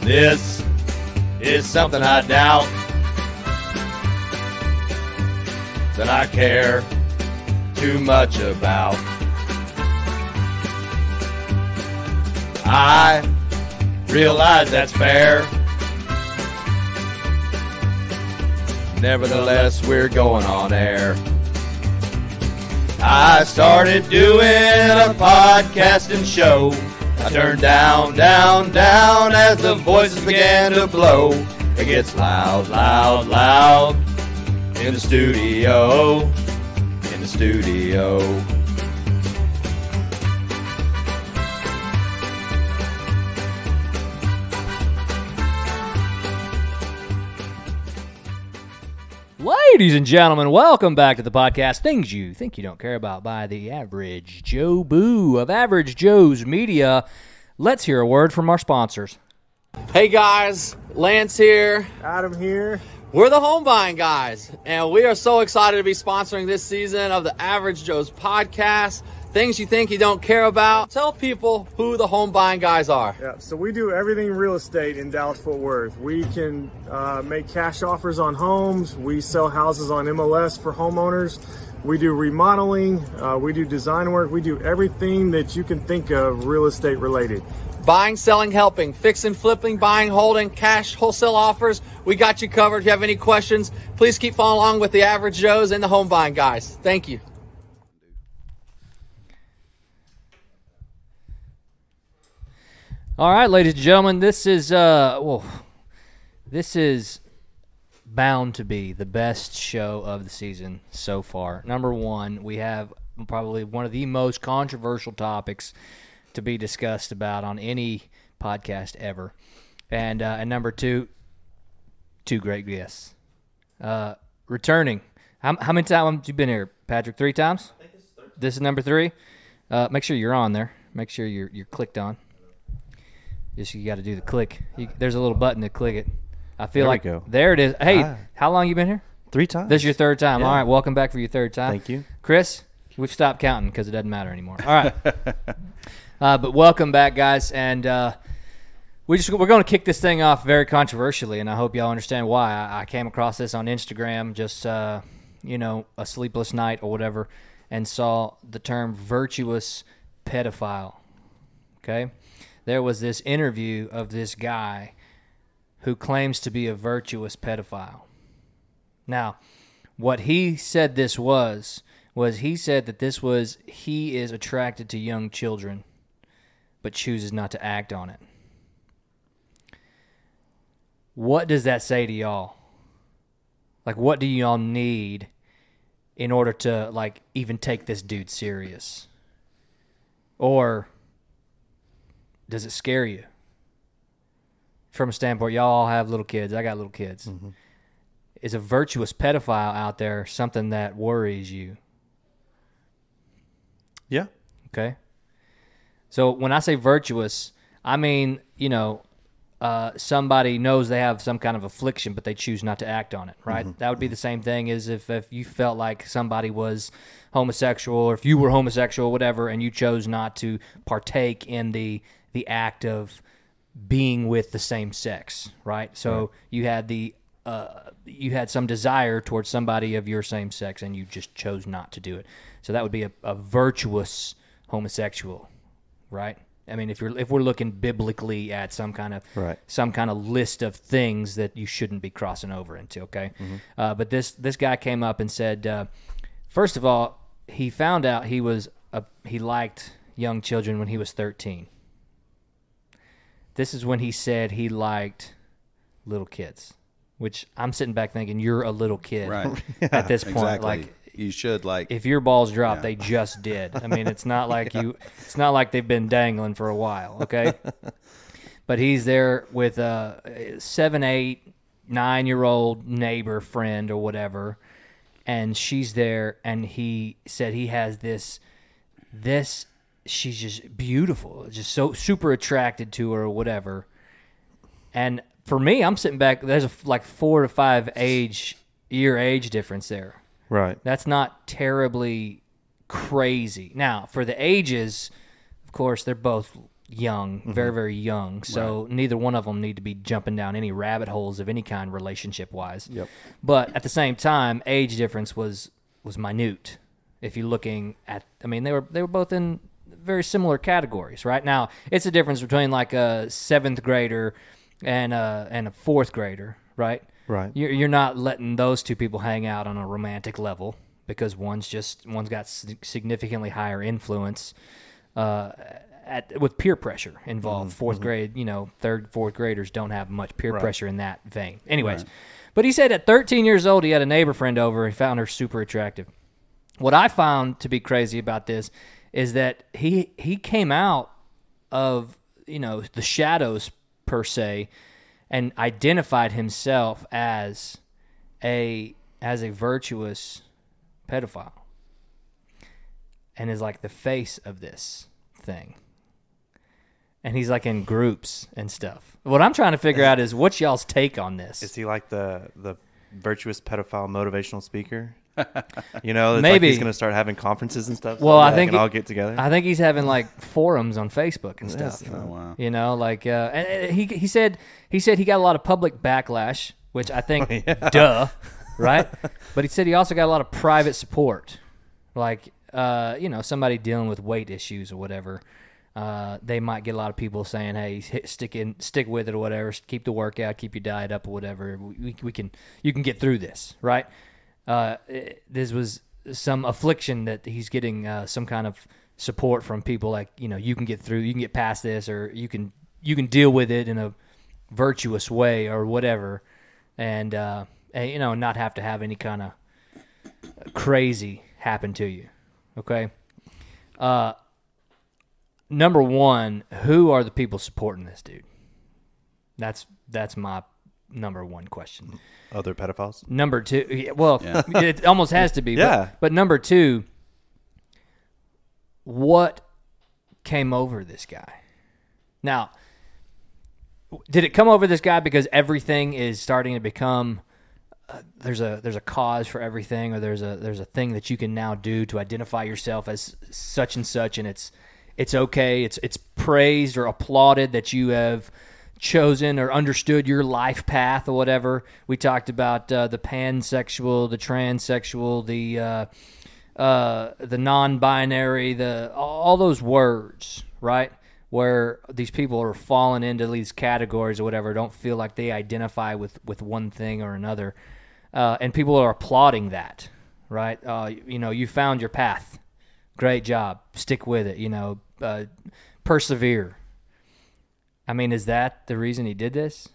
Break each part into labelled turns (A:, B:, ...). A: This is something I doubt that I care too much about. I realize that's fair. Nevertheless, we're going on air. I started doing a podcasting show. I turned down, down, down as the voices began to blow. It gets loud, loud, loud in the studio, in the studio.
B: Ladies and gentlemen, welcome back to the podcast Things You Think You Don't Care About by the Average Joe Boo of Average Joe's Media. Let's hear a word from our sponsors.
C: Hey guys, Lance here.
D: Adam here.
C: We're the home buying guys, and we are so excited to be sponsoring this season of the Average Joe's podcast. Things you think you don't care about. Tell people who the home buying guys are.
D: Yeah, so we do everything real estate in Dallas Fort Worth. We can uh, make cash offers on homes. We sell houses on MLS for homeowners. We do remodeling. Uh, we do design work. We do everything that you can think of real estate related.
C: Buying, selling, helping, fixing, flipping, buying, holding, cash, wholesale offers. We got you covered. If you have any questions, please keep following along with the Average Joes and the home buying guys. Thank you.
B: All right, ladies and gentlemen, this is uh, well, this is bound to be the best show of the season so far. Number one, we have probably one of the most controversial topics to be discussed about on any podcast ever, and uh, and number two, two great guests uh, returning. How, how many times you been here, Patrick? Three times. This is number three. Uh, make sure you're on there. Make sure you're you're clicked on. Just you got to do the click. You, there's a little button to click it. I feel
E: There we
B: like
E: go.
B: there it is. Hey,
E: Ah.
B: how long you been here?
E: Three times.
B: This is your third time.
E: Yeah.
B: All right, welcome back for your third time.
E: Thank you.
B: Chris. We've stopped counting because it doesn't matter anymore. All right, uh, but welcome back, guys, and uh, we just we're going to kick this thing off very controversially, and I hope y'all understand why. I, I came across this on Instagram, just uh, you know, a sleepless night or whatever, and saw the term virtuous pedophile. Okay, there was this interview of this guy who claims to be a virtuous pedophile. Now, what he said this was was he said that this was he is attracted to young children but chooses not to act on it. What does that say to y'all? Like what do y'all need in order to like even take this dude serious? Or does it scare you? From a standpoint, y'all all have little kids. I got little kids is a virtuous pedophile out there something that worries you?
E: Yeah.
B: Okay. So when I say virtuous, I mean, you know, uh, somebody knows they have some kind of affliction, but they choose not to act on it, right? That would be the same thing as if, if you felt like somebody was homosexual or if you were homosexual, whatever, and you chose not to partake in the, the act of being with the same sex, right? So you had the, uh, you had some desire towards somebody of your same sex and you just chose not to do it. So that would be a, a virtuous homosexual, right? I mean, if you're if we're looking biblically at some kind of
E: Right.
B: some kind of list of things that you shouldn't be crossing over into, okay?
F: Mm-hmm.
B: Uh, but this this guy came up and said, uh, first of all, he found out he was a, he liked young children when he was 13. This is when he said he liked little kids, which I'm sitting back thinking you're a little kid
F: Right.
B: at this point,
F: exactly.
B: like
F: you should like
B: if your balls drop, they just did. I mean, it's not like you. It's not like they've been dangling for a while. Okay, but he's there with a seven, eight, nine year old neighbor friend or whatever, and she's there, and he said he has this, this. She's just beautiful, just so super attracted to her or whatever. And for me, I'm sitting back. There's a f- like four to five age year age difference there.
E: Right.
B: That's not terribly crazy. Now, for the ages, of course, they're both young,
F: Mm-hmm.
B: very very young. So neither one of them need to be jumping down any rabbit holes of any kind relationship wise.
F: Yep.
B: But at the same time, age difference was was minute. If you're looking at, I mean, they were they were both in very similar categories, right? Now it's a difference between like a seventh grader and a and a fourth grader, right?
F: Right.
B: You're you're not letting those two people hang out on a romantic level because one's just one's got sig- significantly higher influence uh, at with peer pressure involved. 4th grade, you know, third, fourth graders don't have much peer pressure in that vein. Anyways, but he said at 13 years old, he had a neighbor friend over. He found her super attractive. What I found to be crazy about this is that he he came out of you know the shadows per se and identified himself as a as a virtuous pedophile and is like the face of this thing. And he's like in groups and stuff. What I'm trying to figure out is what's y'all's take on this?
E: Is he like the the virtuous pedophile motivational speaker? You know, it's
B: Maybe.
E: like he's going to start having conferences and stuff.
B: well,
E: so
B: I
E: they
B: think
E: can
B: it-
E: all get together.
B: I think he's having like forums on Facebook and stuff.
E: Oh,
F: wow.
B: You know, like uh, and- and he he said he said he got a lot of public backlash, which I think, duh, right? But he said he also got a lot of private support, like uh, you know somebody dealing with weight issues or whatever. Uh, they might get a lot of people saying, "Hey, hit, stick in, stick with it, or whatever. Keep the workout, keep your diet up, or whatever. We, we, we can, you can get through this, right?" Uh, it- this was some affliction that he's getting uh, some kind of support from people like you know you can get through you can get past this or you can you can deal with it in a virtuous way or whatever and uh and, you know not have to have any kind of crazy happen to you okay uh number one who are the people supporting this dude that's that's my number one question
E: Other pedophiles.
B: Number two, yeah, well, it almost has to be. but-
E: Yeah.
B: But, number two, what came over this guy? Now, did it come over this guy because everything is starting to become uh, there's a there's a cause for everything, or there's a there's a thing that you can now do to identify yourself as such and such, and it's it's okay, it's it's praised or applauded that you have chosen or understood your life path or whatever. We talked about uh, the pansexual, the transsexual, the uh, uh, the non-binary, the all those words, right? Where these people are falling into these categories or whatever, don't feel like they identify with with one thing or another, uh, and people are applauding that, right? Uh, you know, you found your path, great job, stick with it, you know, uh, persevere. I mean, is that the reason he did this?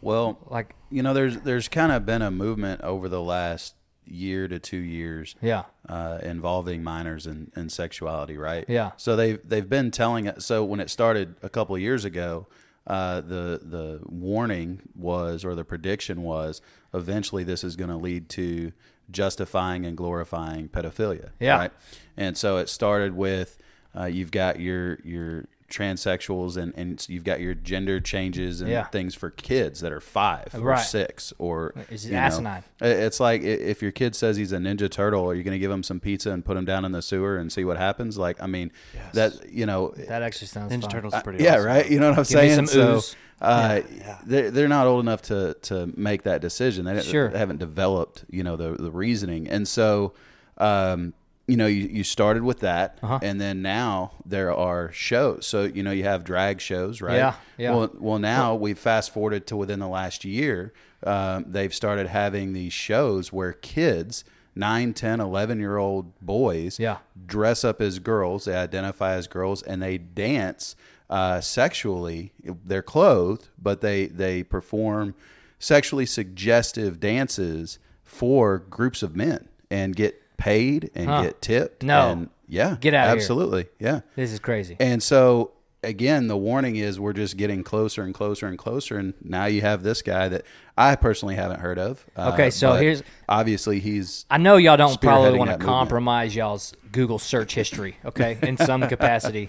F: Well,
B: Like,
F: you know, there's there's kind of been a movement over the last year to two years.
B: yeah,
F: uh, involving minors and, and sexuality, right?
B: Yeah.
F: So they've they've been telling it. So when it started a couple of years ago, uh, the the warning was or the prediction was eventually this is going to lead to justifying and glorifying pedophilia.
B: Yeah.
F: Right. And so it started with uh, you've got your your transsexuals and, and you've got your gender changes and
B: Yeah.
F: things for kids that are five or
B: Right.
F: six or
B: It's
F: you know,
B: asinine.
F: I- It's like i- if your kid says he's a ninja turtle, are you going to give him some pizza and put him down in the sewer and see what happens? Like, I mean, that you know,
B: that actually sounds.
E: Ninja
B: fun.
E: Turtles is pretty
F: yeah,
E: awesome.
F: right. You know what I'm
B: Give me some
F: saying? so,
B: ooze.
F: uh, They're, they're not old enough to to make that decision. They, don't-
B: Sure.
F: they haven't developed, you know, the the reasoning, and so. Um, you know, you, you started with that,
B: Uh-huh.
F: and then now there are shows. So you know, you have drag shows, right?
B: Yeah, yeah.
F: Well, well, now we've fast forwarded to within the last year. Um, they've started having these shows where kids, 9, 10, 11 year old boys,
B: Yeah.
F: dress up as girls, they identify as girls, and they dance uh, sexually. They're clothed, but they, they perform sexually suggestive dances for groups of men and get paid and get tipped.
B: No.
F: And yeah.
B: Get outta here.
F: Absolutely. Yeah.
B: This is crazy.
F: And so again, the warning is we're just getting closer and closer and closer, and now you have this guy that I personally haven't heard of. Uh,
B: Okay, so
F: but
B: here's-
F: obviously he's
B: I know y'all don't probably
F: spearheading
B: want
F: that
B: to
F: movement.
B: compromise y'all's Google search history, okay, in some capacity.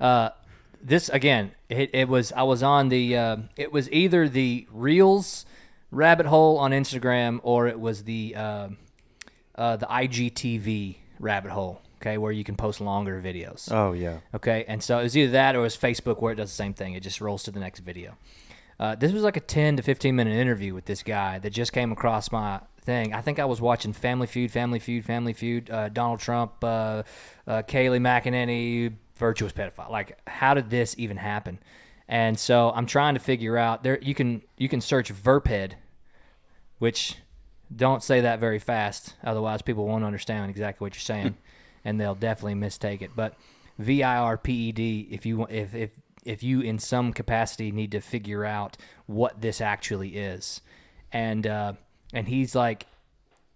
B: Uh, this again, it, it was I was on the uh, it was either the Reels rabbit hole on Instagram or it was the uh, uh, the IGTV rabbit hole okay, where you can post longer videos.
E: Oh yeah.
B: Okay, and so it was either that or it was Facebook where it does the same thing. It just rolls to the next video. Uh, this was like a 10 to 15 minute interview with this guy that just came across my thing. I think I was watching Family Feud, Family Feud, Family Feud, uh, Donald Trump, uh, uh, Kaylee McEnany, virtuous pedophile. Like, how did this even happen? And so I'm trying to figure out. There, you can you can search verped, which don't say that very fast, otherwise people won't understand exactly what you're saying, and they'll definitely mistake it. But V I R P E D, if you if if if you in some capacity need to figure out what this actually is, and uh, and he's like,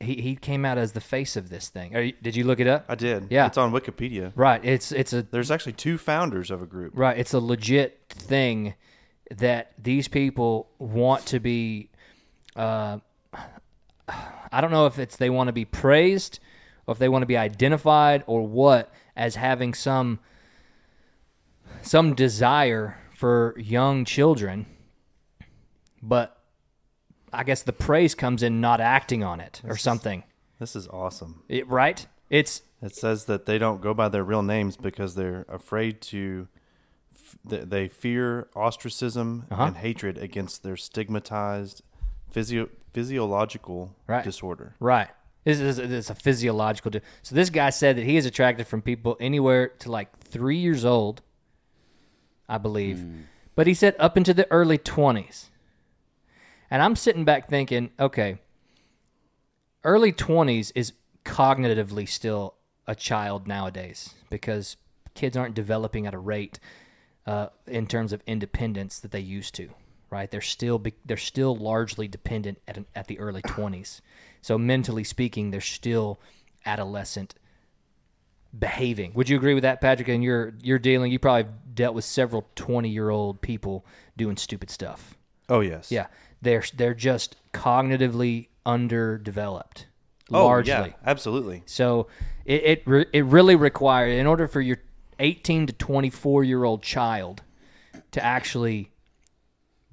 B: he he came out as the face of this thing. Are you, did you look it up?
E: I did.
B: Yeah.
E: It's on Wikipedia.
B: Right. It's it's a
E: There's actually two founders of a group.
B: Right. It's a legit thing that these people want to be. Uh, I don't know if it's they want to be praised or if they want to be identified or what as having some some desire for young children, but I guess the praise comes in not acting on it or something,
E: This is awesome.
B: It- right? It's
E: It says that they don't go by their real names because they're afraid to. f- They they fear ostracism
B: Uh-huh.
E: and hatred against their stigmatized physio, physiological
B: Right.
E: disorder.
B: Right. This is it's a physiological. di- so this guy said that he is attracted from people anywhere to like three years old, I believe, but he said up into the early twenties. And I'm sitting back thinking, okay, early twenties is cognitively still a child nowadays because kids aren't developing at a rate uh, in terms of independence that they used to. Right? They're still be- they're still largely dependent at an, at the early twenties. So mentally speaking, they're still adolescent behaving. Would you agree with that, Patrick? And you're you're dealing. You probably have dealt with several twenty year old people doing stupid stuff.
E: Oh yes.
B: Yeah, they're they're just cognitively underdeveloped,
E: Oh
B: largely.
E: yeah. Absolutely.
B: So it it, re- it really requires in order for your 18 to 24 year old child to actually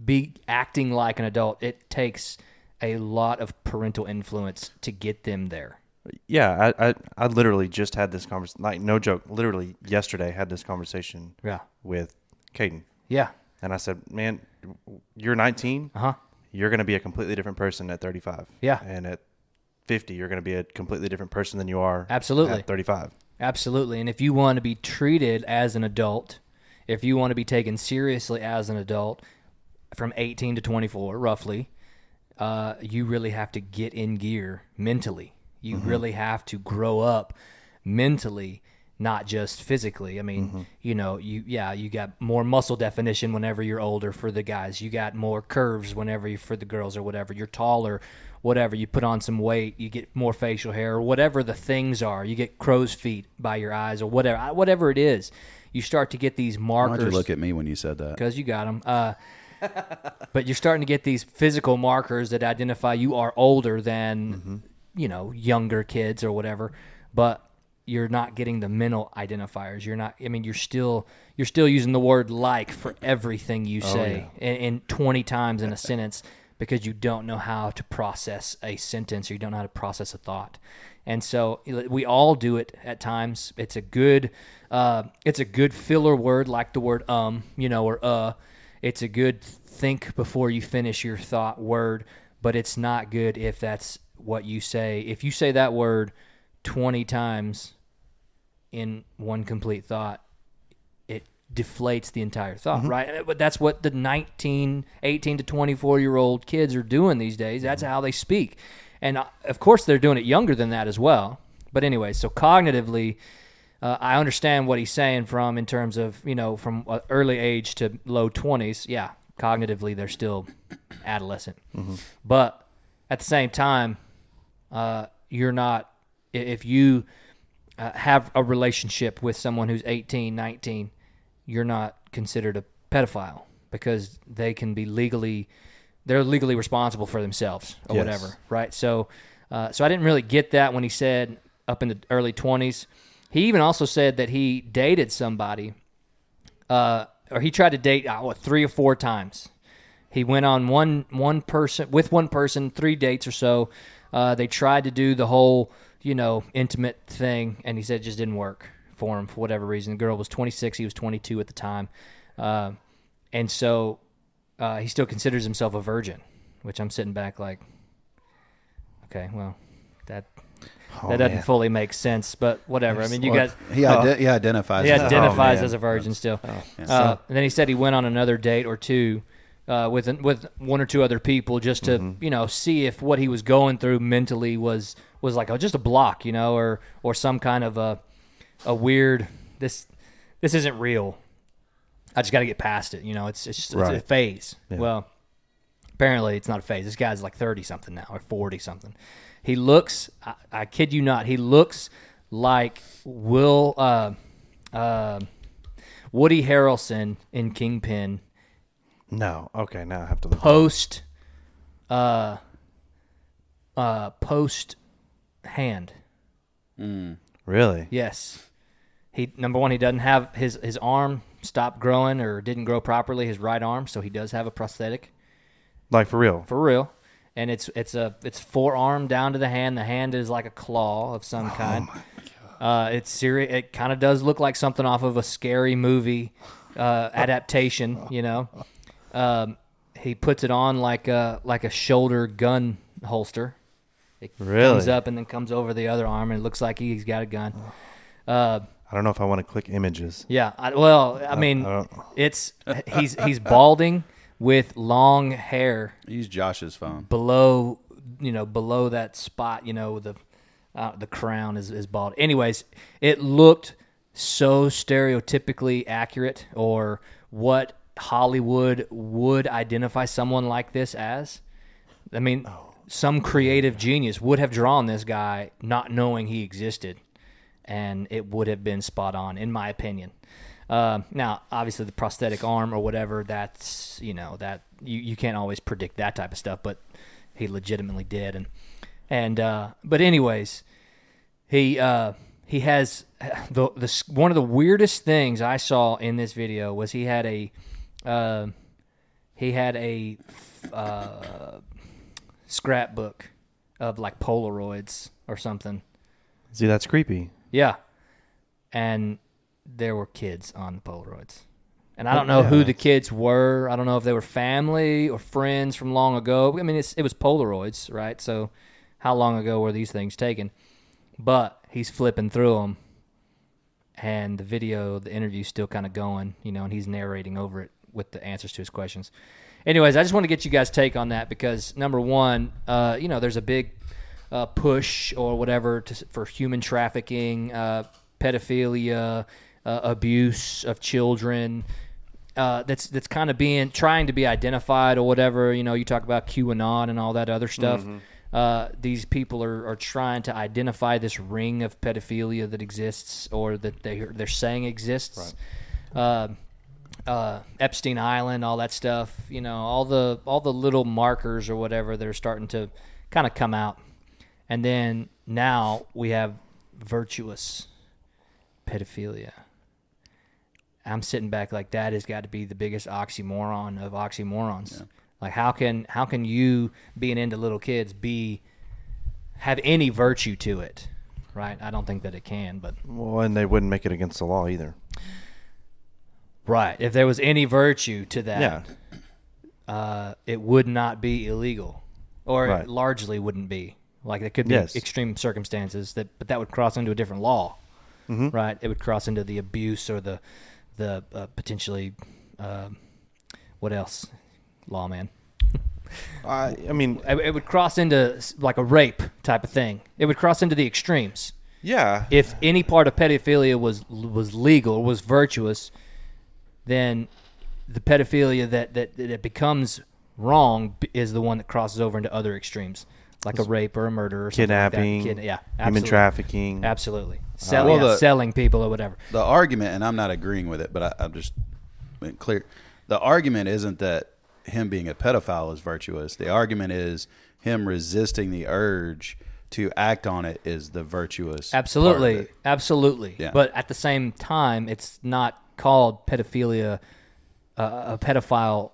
B: be acting like an adult, it takes a lot of parental influence to get them there.
E: Yeah. I I, I literally just had this conversation. Like no joke. Literally yesterday had this conversation.
B: Yeah.
E: With Caden.
B: Yeah.
E: And I said, "Man, you're 19.
B: Uh huh.
E: You're going to be a completely different person at 35.
B: Yeah.
E: And at 50, you're going to be a completely different person than you are.
B: Absolutely.
E: At 35.
B: Absolutely. And if you want to be treated as an adult, if you want to be taken seriously as an adult from 18 to 24, roughly, uh, you really have to get in gear mentally. You
F: Mm-hmm.
B: really have to grow up mentally, not just physically. I mean,
F: Mm-hmm.
B: you know, you yeah, you got more muscle definition whenever you're older for the guys. You got more curves whenever you for the girls or whatever. You're taller, whatever. You put on some weight, you get more facial hair or whatever the things are. You get crow's feet by your eyes or whatever. I- Whatever it is, you start to get these
F: Why'd you
B: markers
F: look at me when you said that?
B: because you got them. Uh, but you're starting to get these physical markers that identify you are older than, you know, younger kids or whatever. But you're not getting the mental identifiers. You're not. I mean, you're still you're still using the word like for everything you say, in in 20 times in a sentence because you don't know how to process a sentence or you don't know how to process a thought. And so we all do it at times. It's a good, uh, it's a good filler word like the word um, you know, or uh. It's a good think before you finish your thought word, but it's not good if that's what you say. If you say that word twenty times in one complete thought, it deflates the entire thought, right? But that's what the 19, 18 to 24 year old kids are doing these days. That's how they speak. And uh, of course, they're doing it younger than that as well. But anyway, so cognitively, uh, I understand what he's saying from in terms of, you know, from uh, early age to low 20s. Yeah, cognitively, they're still adolescent. But at the same time, uh, you're not, i- if you uh, have a relationship with someone who's 18, 19, you're not considered a pedophile because they can be legally they're legally responsible for themselves or
E: Yes.
B: whatever right so uh, so i didn't really get that when he said up in the early 20s he even also said that he dated somebody uh, or he tried to date uh, what, three or four times he went on one one person with one person three dates or so Uh, they tried to do the whole, you know, intimate thing, and he said it just didn't work for him for whatever reason. The girl was 26, he was 22 at the time. Uh, and so uh, he still considers himself a virgin, which I'm sitting back like, okay, well, that. that doesn't
F: man.
B: fully make sense, but whatever. I mean, you
F: Well,
B: guys.
F: He, ide- he identifies.
B: He
F: as a-
B: identifies
F: Oh, man.
B: as a virgin still. uh, and then he said he went on another date or two uh, with with one or two other people just to
F: Mm-hmm.
B: you know see if what he was going through mentally was was like oh, just a block, you know, or or some kind of a a weird this this isn't real. I just got to get past it, you know. It's it's, just,
F: Right.
B: it's a phase. Well, apparently it's not a phase. This guy's like 30 something now or 40 something. He looks, I, I kid you not, he looks like Will, uh, uh, Woody Harrelson in Kingpin
E: No. Okay. Now I have to look.
B: post, uh, uh, post hand.
E: Really?
B: Yes. He number one, he doesn't have his his arm stopped growing or didn't grow properly his right arm, so he does have a prosthetic.
E: Like for real?
B: for real. And it's it's a it's forearm down to the hand. The hand is like a claw of
E: Oh
B: some kind. Uh, it's serious. It kind of does look like something off of a scary movie uh, adaptation. You know, um, he puts it on like a like a shoulder gun holster. It comes
E: Really?
B: up and then comes over the other arm, and it looks like he's got a gun.
E: I don't know if I want to click images.
B: Yeah. I, well, I mean,
E: don't-
B: it's he's he's balding with long hair
F: Use Josh's phone.
B: below you know below that spot you know the uh, the crown is, is bald anyways it looked so stereotypically accurate or what hollywood would identify someone like this as i mean some creative genius would have drawn this guy not knowing he existed and it would have been spot on in my opinion uh, now obviously the prosthetic arm or whatever that's you know that you, you can't always predict that type of stuff but he legitimately did and and uh, but anyways he uh, he has the the s- one of the weirdest things I saw in this video was he had a uh, he had a uh, scrapbook of like Polaroids or something.
E: See, that's creepy.
B: Yeah, and there were kids on the Polaroids. And I don't know who the kids were. I don't know if they were family or friends from long ago. I mean, it's, it was Polaroids, right? So, how long ago were these things taken? But he's flipping through them, and the video, the interview's still kind of going, you know, and he's narrating over it with the answers to his questions. Anyways, I just want to get you guys' take on that because number one, uh, you know, there's a big uh, push or whatever to, for human trafficking, uh, pedophilia, uh, abuse of children. Uh, that's that's kind of being trying to be identified or whatever. You know, you talk about QAnon and all that other stuff. Uh, these people are, are trying to identify this ring of pedophilia that exists or that they they're saying exists. Uh, uh, Epstein Island, all that stuff. You know, all the all the little markers or whatever that are starting to kind of come out. And then now we have virtuous pedophilia. I'm sitting back like that has got to be the biggest oxymoron of oxymorons. Like how can how can you being into little kids be have any virtue to it? Right? I don't think that it can, but
E: Well, and they wouldn't make it against the law either.
B: right. If there was any virtue to that,
E: Yeah.
B: uh, it would not be illegal, or
E: Right.
B: it largely wouldn't be. Like there could be
E: Yes.
B: extreme circumstances that, but that would cross into a different law,
E: Mm-hmm.
B: right? It would cross into the abuse or the, the uh, potentially, um what else, lawman.
E: I, I mean,
B: It, it would cross into s- like a rape type of thing. It would cross into the extremes.
E: yeah.
B: If any part of pedophilia was was legal, was virtuous, then the pedophilia that that, that becomes wrong b- is the one that crosses over into other extremes, like a rape or a murder or something like that.
E: kidnapping,
B: Kid- yeah,
E: human
B: absolutely.
E: trafficking.
B: absolutely, Sell,
F: Uh, well,
B: yeah,
F: the-
B: selling people or whatever.
F: the argument, and I'm not agreeing with it, but I, I'm just being clear. The argument isn't that him being a pedophile is virtuous. The argument is him resisting the urge to act on it is the virtuous. part of
B: Absolutely,
F: it.
B: absolutely.
F: Yeah.
B: But at the same time, it's not called pedophilia, uh, a pedophile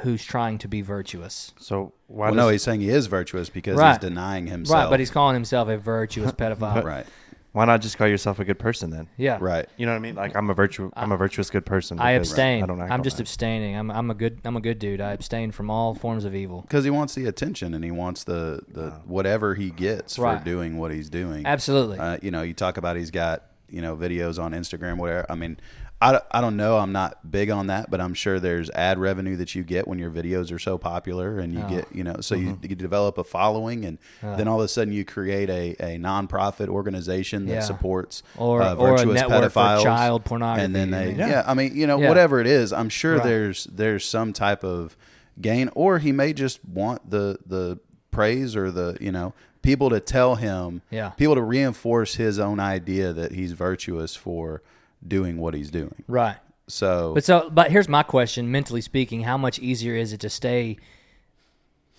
B: who's trying to be virtuous.
E: So why
F: Well,
E: does
F: no, he's saying he is virtuous because he's
B: Right.
F: denying himself.
B: Right, but he's calling himself a virtuous pedophile.
F: right,
E: why not just call yourself a good person then?
B: Yeah.
F: right.
E: You know what I mean? Like I'm a virtu- I'm a virtuous good person.
B: I
E: because
B: abstain.
E: I don't act
B: I'm
E: on
B: just
E: that.
B: abstaining. I'm, I'm a good I'm a good dude. I abstain from all forms of evil.
F: Because he wants the attention and he wants the, the whatever he gets
B: Right.
F: for doing what he's doing.
B: Absolutely.
F: Uh, you know, you talk about he's got you know videos on Instagram, whatever. I mean, I, don't- I don't know. I'm not big on that, but I'm sure there's ad revenue that you get when your videos are so popular, and you
B: Oh.
F: get you know, so you,
B: Mm-hmm.
F: you develop a following, and then all of a sudden you create a a nonprofit organization that
B: Yeah.
F: supports
B: Or-
F: uh,
B: or a
F: virtuous
B: network for
F: pedophiles,
B: child pornography,
F: and then
B: you
F: they
B: mean.
F: yeah. I mean, you know,
B: Yeah.
F: whatever it is, I'm sure
B: Right.
F: there's there's some type of gain, or he may just want the the praise or the you know people to tell him
B: Yeah.
F: people to reinforce his own idea that he's virtuous for doing what he's doing.
B: Right.
F: So
B: But so, but here's my question: mentally speaking, how much easier is it to stay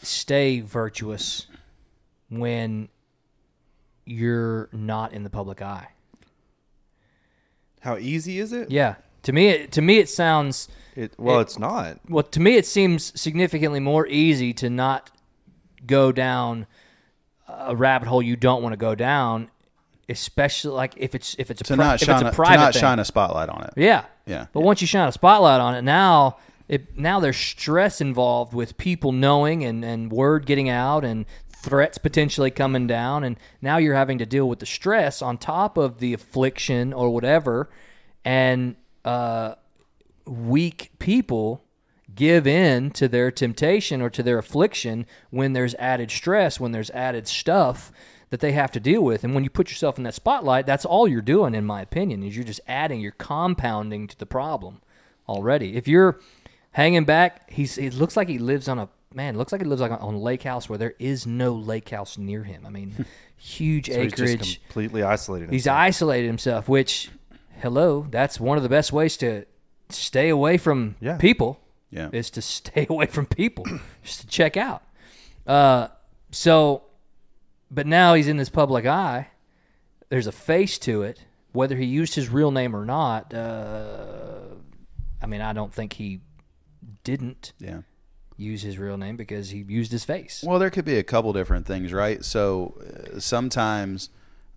B: stay virtuous when you're not in the public eye?
E: How easy is it?
B: Yeah, to me, it, to me, it sounds
E: It, well,
B: It-
E: it's not.
B: well. To me, it seems significantly more easy to not go down a rabbit hole you don't want to go down, especially like if it's if it's a
F: to
B: pri-
F: not
B: if
F: shine
B: it's
F: a,
B: a
F: to
B: private
F: not
B: thing.
F: shine a spotlight on it.
B: Yeah.
F: Yeah.
B: But once you shine a spotlight on it, now it now there's stress involved with people knowing and, and word getting out and threats potentially coming down and now you're having to deal with the stress on top of the affliction or whatever and uh, weak people give in to their temptation or to their affliction when there's added stress when there's added stuff that they have to deal with and when you put yourself in that spotlight that's all you're doing in my opinion is you're just adding you're compounding to the problem already if you're hanging back he's it looks like he lives on a man it looks like he lives like on a lake house where there is no lake house near him i mean huge
E: So he's
B: acreage
E: just completely isolated.
B: He's
E: himself.
B: isolated himself, which, hello, that's one of the best ways to stay away from
E: Yeah.
B: people.
F: Yeah.
B: Is to stay away from people, just to check out. Uh, so, but now he's in this public eye. There's a face to it, whether he used his real name or not. Uh, I mean, I don't think he didn't
F: Yeah.
B: use his real name because he used his face.
F: Well, there could be a couple different things, right? So uh, sometimes,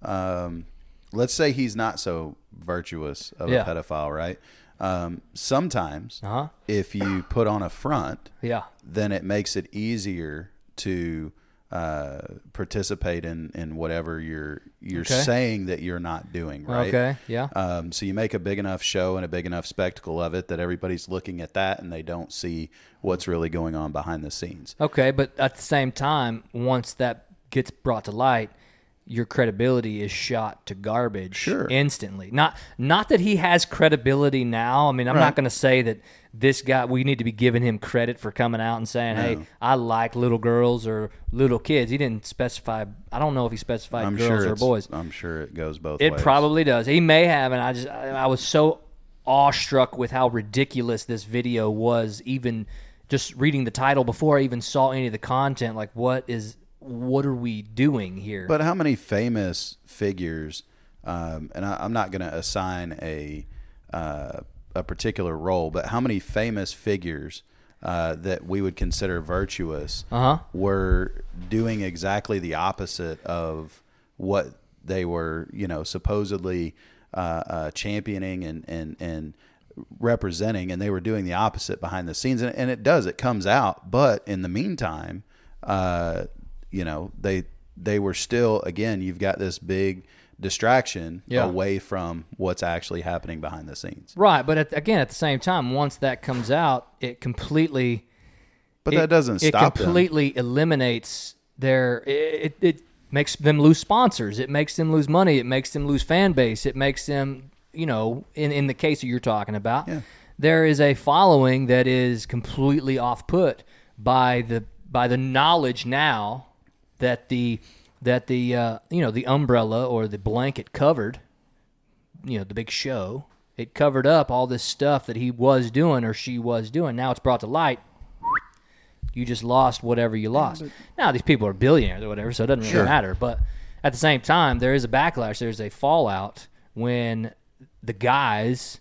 F: um, let's say he's not so virtuous of
B: Yeah.
F: a pedophile, right? Um, sometimes,
B: Uh-huh.
F: if you put on a front,
B: Yeah.
F: then it makes it easier to uh, participate in, in whatever you're you're
B: Okay.
F: saying that you're not doing, right?
B: Okay. Yeah.
F: Um, so you make a big enough show and a big enough spectacle of it that everybody's looking at that and they don't see what's really going on behind the scenes.
B: Okay, but at the same time, once that gets brought to light, your credibility is shot to garbage
F: Sure.
B: instantly. Not not that he has credibility now. I mean, I'm not
F: Right.
B: going to say that this guy we need to be giving him credit for coming out and saying, "Hey, I like little girls or little kids." He didn't specify. I don't know if he specified
F: I'm
B: girls
F: sure
B: or
F: it's-
B: boys.
F: I'm sure it goes both
B: It
F: ways.
B: probably does. He may have, and I just I, I was so awestruck with how ridiculous this video was. Even just reading the title before I even saw any of the content, like what is what are we doing here?
F: But how many famous figures? Um, and I, I'm not going to assign a uh, a particular role, but how many famous figures uh, that we would consider virtuous were doing exactly the opposite of what they were, you know, supposedly uh, uh, championing and and and representing, and they were doing the opposite behind the scenes, and, and it does, it comes out. But in the meantime, uh, you know they they were still again you've got this big distraction
B: Yeah.
F: away from what's actually happening behind the scenes
B: right, but at, again, at the same time, once that comes out, it completely
F: but
B: it-
F: that doesn't
B: it
F: stop them
B: completely eliminates their it, it, it makes them lose sponsors it makes them lose money it makes them lose fan base it makes them you know in, in the case that you're talking about
F: Yeah.
B: there is a following that is completely off put by the by the knowledge now that the that the uh, you know the umbrella or the blanket covered you know the big show it covered up all this stuff that he was doing or she was doing now it's brought to light you just lost whatever you lost. Now these people are billionaires or whatever, so it doesn't really matter. But at the same time, there is a backlash. There's a fallout when the guys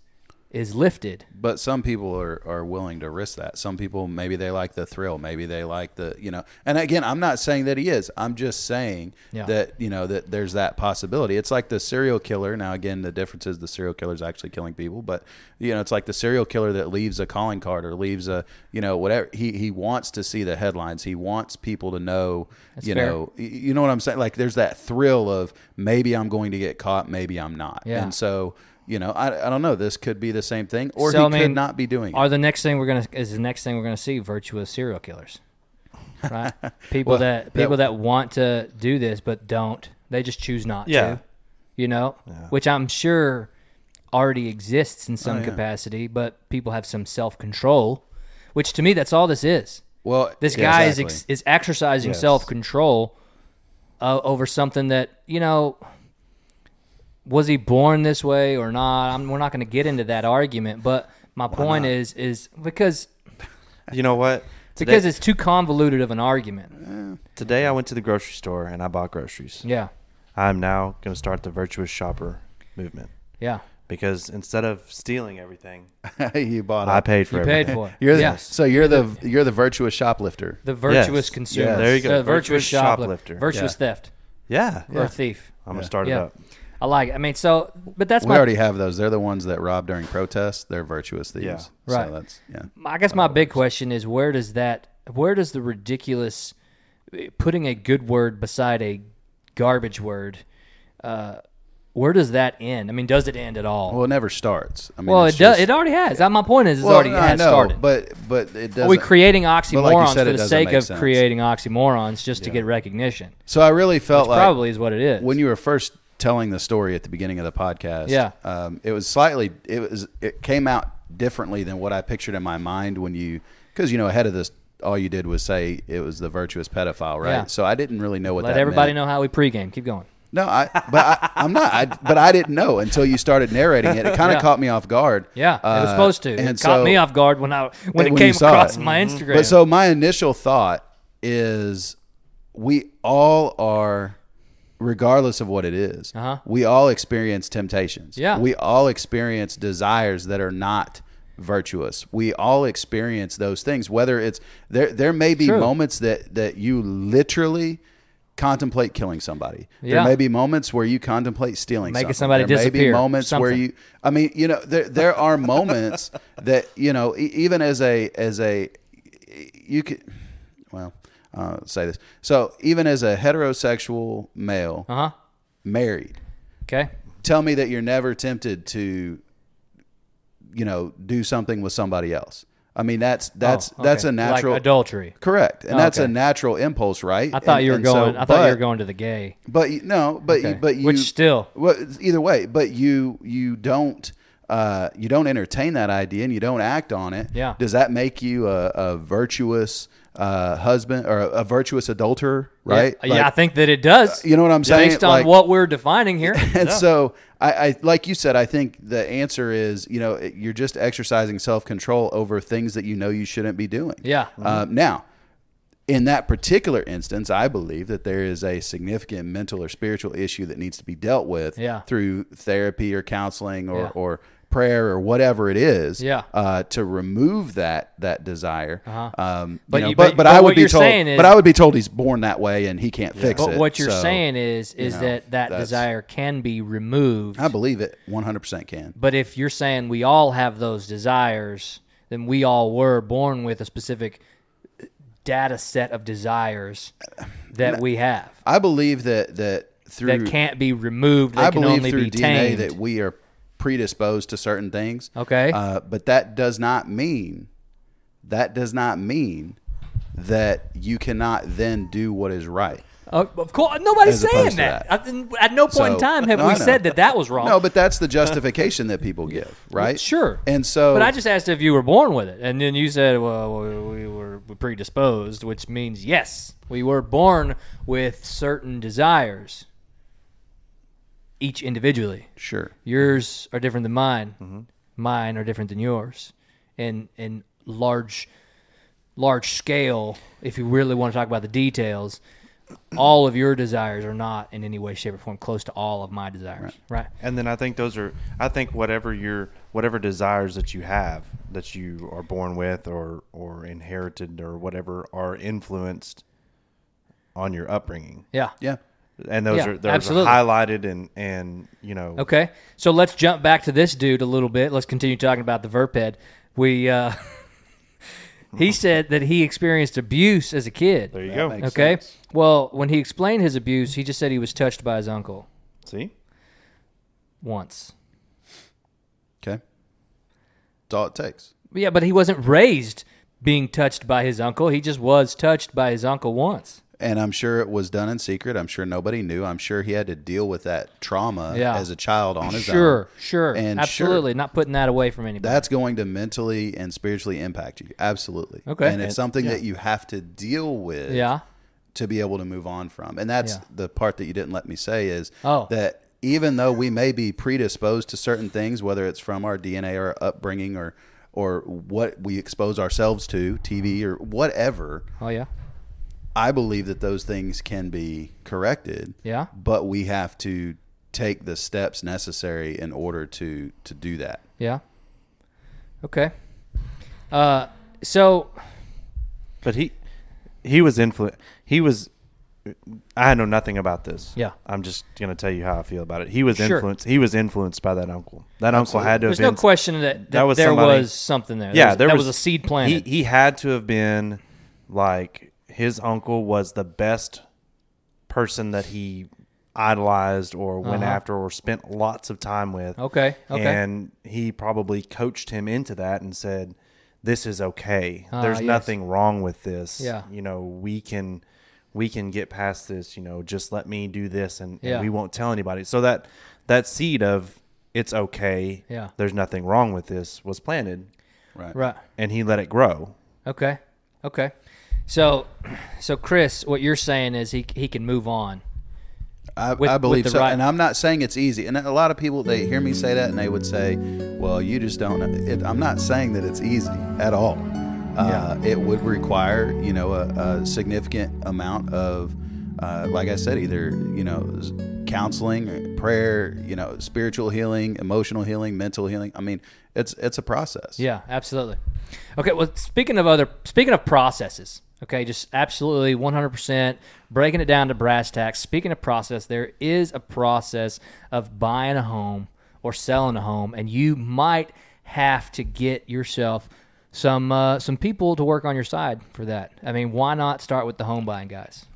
B: is lifted.
F: But some people are, are willing to risk that. Some people maybe they like the thrill, maybe they like the you know. And again, I'm not saying that he is. I'm just saying
B: Yeah.
F: that you know that there's that possibility. It's like the serial killer. Now again, the difference is the serial killer is actually killing people, but you know it's like the serial killer that leaves a calling card or leaves a you know whatever. He he wants to see the headlines. He wants people to know you
B: fair.
F: know y- you know what I'm saying. Like there's that thrill of maybe I'm going to get caught, maybe I'm not.
B: Yeah.
F: And so. You know, I, I don't know. This could be the same thing, or
B: So,
F: he
B: I mean,
F: could not be doing
B: Are
F: it.
B: the next thing we're gonna is the next thing we're gonna see virtuous serial killers, right? people that people that, want to do this but don't. They just choose not
E: Yeah.
B: to. You know, which I'm sure already exists in some capacity, but people have some self control, which to me that's all this is.
F: Well,
B: This
F: yeah,
B: guy is ex-
F: exactly.
B: is exercising
E: Yes.
B: self control uh, over something that you know. Was he born this way or not? I'm, we're not going to get into that argument, but my point is is because
E: You know what? Today,
B: because it's too convoluted of an argument.
E: today I went to the grocery store and I bought groceries.
B: Yeah,
E: I'm now going to start the virtuous shopper movement
B: yeah.
E: because instead of stealing everything,
F: you bought
E: I
F: it.
E: paid for
B: Uh, You
E: everything.
B: paid for it.
F: You're the,
B: Yeah.
F: so you're the you're the virtuous shoplifter.
B: The virtuous
E: Yes.
B: consumer.
E: Yeah, there you go.
B: The virtuous,
E: Virtuous
B: shoplifter.
E: shoplifter.
B: Virtuous theft
E: Yeah,
B: or
E: yeah.
B: thief.
E: I'm going to start it
B: Yeah,
E: up.
B: I like. It. I mean, so but that's
F: We
B: my
F: already have those. They're the ones that rob during protests. They're virtuous thieves.
E: Yeah.
B: Right.
F: So that's yeah.
B: I guess my big question is where does that where does the ridiculous putting a good word beside a garbage word uh, where does that end? I mean, does it end at all?
F: Well,
B: Well,
F: it never starts. I mean,
B: it
F: it's
B: does.
F: just-
B: It already has. Uh, My point is, it's
F: well,
B: already
F: no, I
B: has
F: know,
B: started.
F: but but it doesn't.
B: Are we creating oxymorons
F: but like you said,
B: for the
F: it doesn't
B: sake
F: make
B: of
F: sense.
B: creating oxymorons just to get recognition?
F: so I really felt like
B: Probably is what it is.
F: when you were first telling the story at the beginning of the podcast,
B: Yeah.
F: um, it was slightly it was it came out differently than what I pictured in my mind when you because you know ahead of this all you did was say it was the virtuous pedophile, right?
B: Yeah.
F: So I didn't really know what
B: let
F: that
B: everybody
F: meant.
B: know how we pregame. Keep going.
F: No, I but I, I'm not. I, but I didn't know until you started narrating it. It kind of
B: Yeah.
F: caught me off guard.
B: Yeah, it was
F: Uh,
B: supposed to. It
F: and
B: caught
F: so-
B: me off guard when I when it
F: when
B: came
F: you saw
B: across
F: it. Mm-hmm.
B: my Instagram.
F: But so my initial thought is, we all are, regardless of what it is,
B: Uh-huh.
F: we all experience temptations.
B: Yeah.
F: we all experience desires that are not virtuous. We all experience those things. Whether it's there, there may be
B: True.
F: moments that that you literally. Contemplate killing somebody.
B: Yeah.
F: There may be moments where you contemplate stealing
B: Making
F: something.
B: somebody
F: there May
B: disappear,
F: be moments where
B: something.
F: you I mean, you know, there there are moments that you know, e- even as a as a you could, well, uh, say this. So even as a heterosexual male,
B: uh huh.
F: married,
B: Okay.
F: tell me that you're never tempted to, you know, do something with somebody else. I mean, that's that's
B: Oh,
F: that's
B: okay.
F: a natural.
B: like adultery.
F: Correct, and that's a
B: Okay.
F: natural impulse, right?
B: I thought
F: And-
B: you were
F: and so-
B: going. I thought you were
F: but-
B: going to the gay.
F: but you- no, but
B: Okay.
F: but you
B: Which still-
F: well it's either way. But you you don't uh, you don't entertain that idea and you don't act on it.
B: Yeah.
F: Does that make you a, a virtuous uh, husband or a, a virtuous adulterer? Right.
B: Yeah,
F: Like,
B: I think that it does.
F: you know what I'm saying.
B: Based on
F: Like-
B: what we're defining here.
F: and so I, I like you said i think the answer is you know it- you're just exercising self-control over things that you know you shouldn't be doing
B: Yeah.
F: um, now in that particular instance i believe that there is a significant mental or spiritual issue that needs to be dealt with
B: Yeah.
F: through therapy or counseling or,
B: Yeah.
F: or prayer or whatever it is
B: Yeah.
F: uh, to remove that that desire uh-huh. um, you
B: But
F: know,
B: you-
F: but,
B: but-
F: but,
B: but
F: i
B: what
F: would be
B: you're
F: told
B: saying is-
F: but i would be told he's born that way and he can't fix
B: But
F: it
B: what you're
F: So
B: saying is is
F: know,
B: that that
F: that's-
B: desire can be removed.
F: i believe it 100% can
B: But if you're saying we all have those desires, then we all were born with a specific data set of desires that we have
F: I believe that that through
B: that can't be removed. They
F: I
B: can
F: believe
B: only
F: through
B: be
F: DNA
B: tamed.
F: that we are predisposed to certain things.
B: Okay.
F: uh, but that does not mean that does not mean that you cannot then do what is right.
B: Uh, of course, nobody's
F: As opposed
B: saying
F: to
B: that.
F: that.
B: I didn't- at no point in
F: So-
B: time have
F: No,
B: we
F: I know.
B: said that that was wrong.
F: No, but that's the justification that people give, right?
B: Sure.
F: And so,
B: But I just asked if you were born with it, and then you said, "Well, we we were predisposed," which means yes, we were born with certain desires, each individually.
F: sure.
B: Yours are different than mine. Mine are different than yours, in in large, large scale. If you really want to talk about the details, all of your desires are not in any way, shape, or form close to all of my desires. Right.
E: And then I think those are I think whatever your whatever desires that you have that you are born with or or inherited or whatever are influenced on your upbringing.
B: Yeah.
F: Yeah.
E: And those
B: Yeah,
E: are those
B: absolutely.
E: are highlighted and and you know
B: Okay. So let's jump back to this dude a little bit. Let's continue talking about the verped. We uh, he said that he experienced abuse as a kid.
E: There you go.
F: makes
B: Okay.
F: sense.
B: Well, when he explained his abuse, he just said he was touched by his uncle
E: See?
B: once.
F: Okay. That's all it takes.
B: Yeah, but he wasn't raised being touched by his uncle. He just was touched by his uncle once.
F: And I'm sure it was done in secret. I'm sure nobody knew. I'm sure he had to deal with that trauma
B: Yeah.
F: as a child on his own.
B: Sure, sure.
F: And
B: Absolutely.
F: sure,
B: Not putting that away from anybody.
F: that's going to mentally and spiritually impact you. Absolutely.
B: Okay.
F: And it's something that you have to deal with.
B: yeah.
F: to be able to move on from. And that's
B: Yeah.
F: the part that you didn't let me say is
B: Oh.
F: that even though we may be predisposed to certain things, whether it's from our DNA or upbringing or or what we expose ourselves to, TV
B: Mm-hmm.
F: or whatever,
B: Oh yeah.
F: I believe that those things can be corrected.
B: Yeah.
F: But we have to take the steps necessary in order to to do that.
B: Yeah. Okay. Uh so
E: But he he was influ he was I know nothing about this.
B: Yeah.
E: I'm just gonna tell you how I feel about it. He was
B: Sure.
E: influenced he was influenced by that uncle. That uncle had to have
B: there's no
E: been-
B: question that, that,
E: that was
B: there
E: somebody-
B: was something there.
E: Yeah,
B: was,
E: there
B: that
E: was,
B: was, a seed planted.
E: He, he had to have been like his uncle was the best person that he idolized or went after or spent lots of time with.
B: Uh-huh. Okay, okay.
E: And he probably coached him into that and said, "This is okay.
B: Ah,
E: There's
B: yes.
E: nothing wrong with this.
B: Yeah.
E: you know, we can." We can get past this, you know. Just let me do this, and,
B: Yeah.
E: and we won't tell anybody. So that that seed of it's okay,
B: Yeah.
E: There's nothing wrong with this was planted,
F: Right.
B: right.
E: and he let it grow.
B: Okay. Okay. So so Chris, what you're saying is he he can move on.
F: I,
B: with-
F: I
B: with
F: believe
B: the
F: so,
B: right-
F: and I'm not saying it's easy. And a lot of people they hear me say that, and they would say, "Well, you just don't." It, I'm not saying that it's easy at all. Uh, it would require, you know, a, a significant amount of, uh, like I said, either you know, s- counseling, or prayer, you know, spiritual healing, emotional healing, mental healing. I mean, it's it's a process.
B: Yeah, absolutely. Okay, well speaking of other speaking of processes, okay, just absolutely 100% breaking it down to brass tacks. Speaking of process, there is a process of buying a home or selling a home and you might have to get yourself some uh, some people to work on your side for that. I mean, why not start with the home buying guys?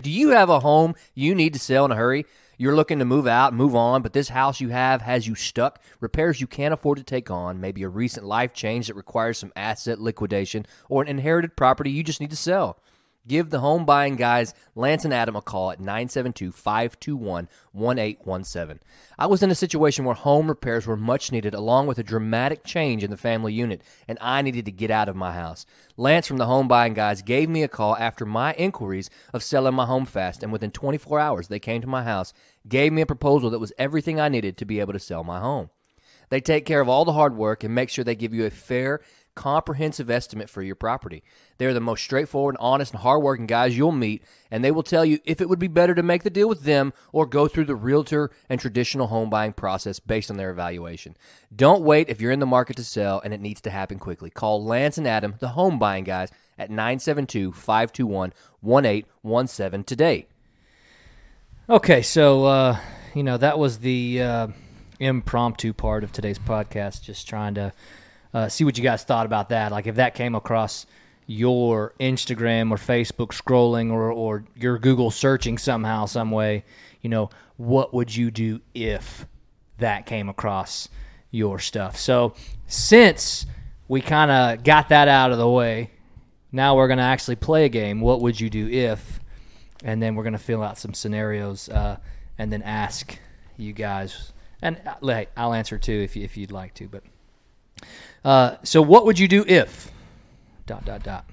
G: Do you have a home you need to sell in a hurry? You're looking to move out, move on, but this house you have has you stuck. Repairs you can't afford to take on, maybe a recent life change that requires some asset liquidation, or an inherited property you just need to sell. Give the home buying guys Lance and Adam a call at 972 521 1817. I was in a situation where home repairs were much needed, along with a dramatic change in the family unit, and I needed to get out of my house. Lance from the Home Buying Guys gave me a call after my inquiries of selling my home fast, and within 24 hours, they came to my house, gave me a proposal that was everything I needed to be able to sell my home. They take care of all the hard work and make sure they give you a fair, comprehensive estimate for your property. They're the most straightforward, honest, and hardworking guys you'll meet, and they will tell you if it would be better to make the deal with them or go through the realtor and traditional home buying process based on their evaluation. Don't wait if you're in the market to sell and it needs to happen quickly. Call Lance and Adam, the home buying guys, at 972 521 1817 today.
B: Okay, so uh, you know that was the uh, impromptu part of today's podcast. Just trying to uh, see what you guys thought about that. Like if that came across your Instagram or Facebook scrolling or or your Google searching somehow, some way, you know, what would you do if that came across your stuff? So since we kind of got that out of the way, now we're going to actually play a game. What would you do if? and then we're gonna fill out some scenarios uh, and then ask you guys and uh, like I'll answer too if you, if you'd like to but uh, so what would you do if dot dot dot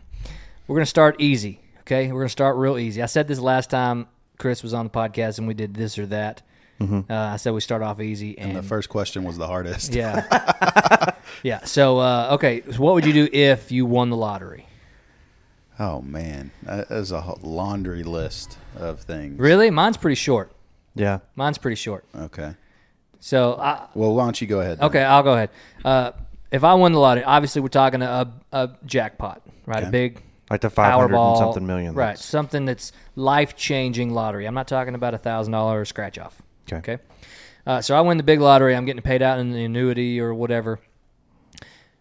B: we're gonna start easy okay we're gonna start real easy I said this last time Chris was on the podcast and we did this or that uh, I said we start off easy and,
F: Mm-hmm. The first question was the hardest.
B: yeah yeah so uh, okay so what would you do if you won the lottery
F: Oh man, that is a laundry list of things.
B: Really? Mine's pretty short.
E: Yeah.
B: Mine's pretty short.
F: Okay.
B: So I,
F: Well, why don't you go ahead? then?
B: Okay, I'll go ahead. Uh, if I won the lottery, obviously we're talking a, a jackpot, right? A big
E: Like the 500 and
B: Powerball,
E: something million.
B: right? Something that's life changing lottery. I'm not talking about a thousand dollar scratch off.
E: Okay.
B: Okay. Uh, so I win the big lottery. I'm getting paid out in the annuity or whatever.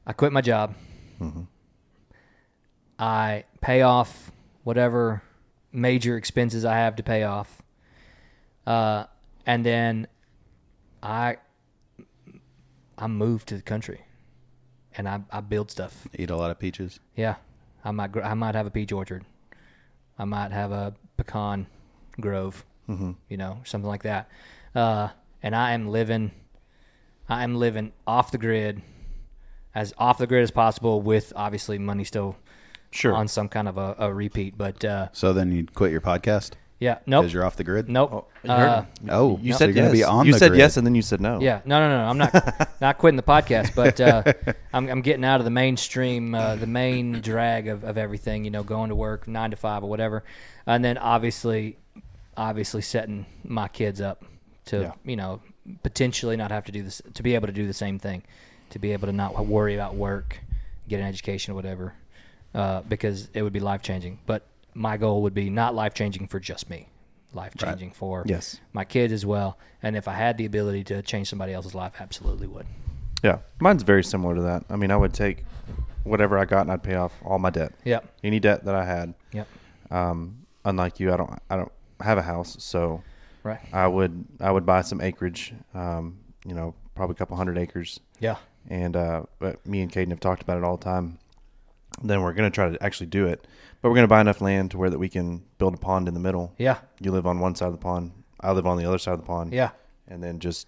B: I quit my job. I pay off whatever major expenses I have to pay off, uh, and then I I move to the country, and I, I build stuff.
F: Eat a lot of peaches.
B: Yeah, I might gr- I might have a peach orchard. I might have a pecan grove. You know, something like that. Uh, and I am living, I am living off the grid, as off the grid as possible. With obviously money still
E: Sure.
B: on some kind of a, a repeat, but uh,
F: So then you quit your podcast
B: yeah,
F: because
B: nope,
F: you're off the grid.
B: nope.
E: you heard
B: Uh,
E: him.
F: Oh,
E: You
F: so
E: said
F: you're gonna
E: yes.
F: be on
E: you
F: the
E: said
F: grid.
E: yes, and then you said no.
B: Yeah, no, no, no. I'm not not quitting the podcast, but uh, I'm I'm getting out of the mainstream, uh, the main drag of, of everything. You know, going to work nine to five or whatever, and then obviously, obviously setting my kids up to
E: Yeah.
B: you know potentially not have to do this, to be able to do the same thing, to be able to not worry about work, get an education or whatever, uh, because it would be life changing. But my goal would be not life changing for just me, life changing for
E: Yes.
B: my kids as well. And if I had the ability to change somebody else's life, absolutely would.
E: Yeah. Mine's very similar to that. I mean, I would take whatever I got and I'd pay off all my debt.
B: Yep.
E: Any debt that I had.
B: Yep.
E: Um, unlike you, I don't I don't have a house, so
B: Right.
E: I would I would buy some acreage, um, you know, probably a couple hundred acres.
B: Yeah.
E: And uh, but me and Caden have talked about it all the time. Then we're gonna try to actually do it, but we're gonna buy enough land to where that we can build a pond in the middle.
B: Yeah.
E: You live on one side of the pond. I live on the other side of the pond.
B: Yeah.
E: And then just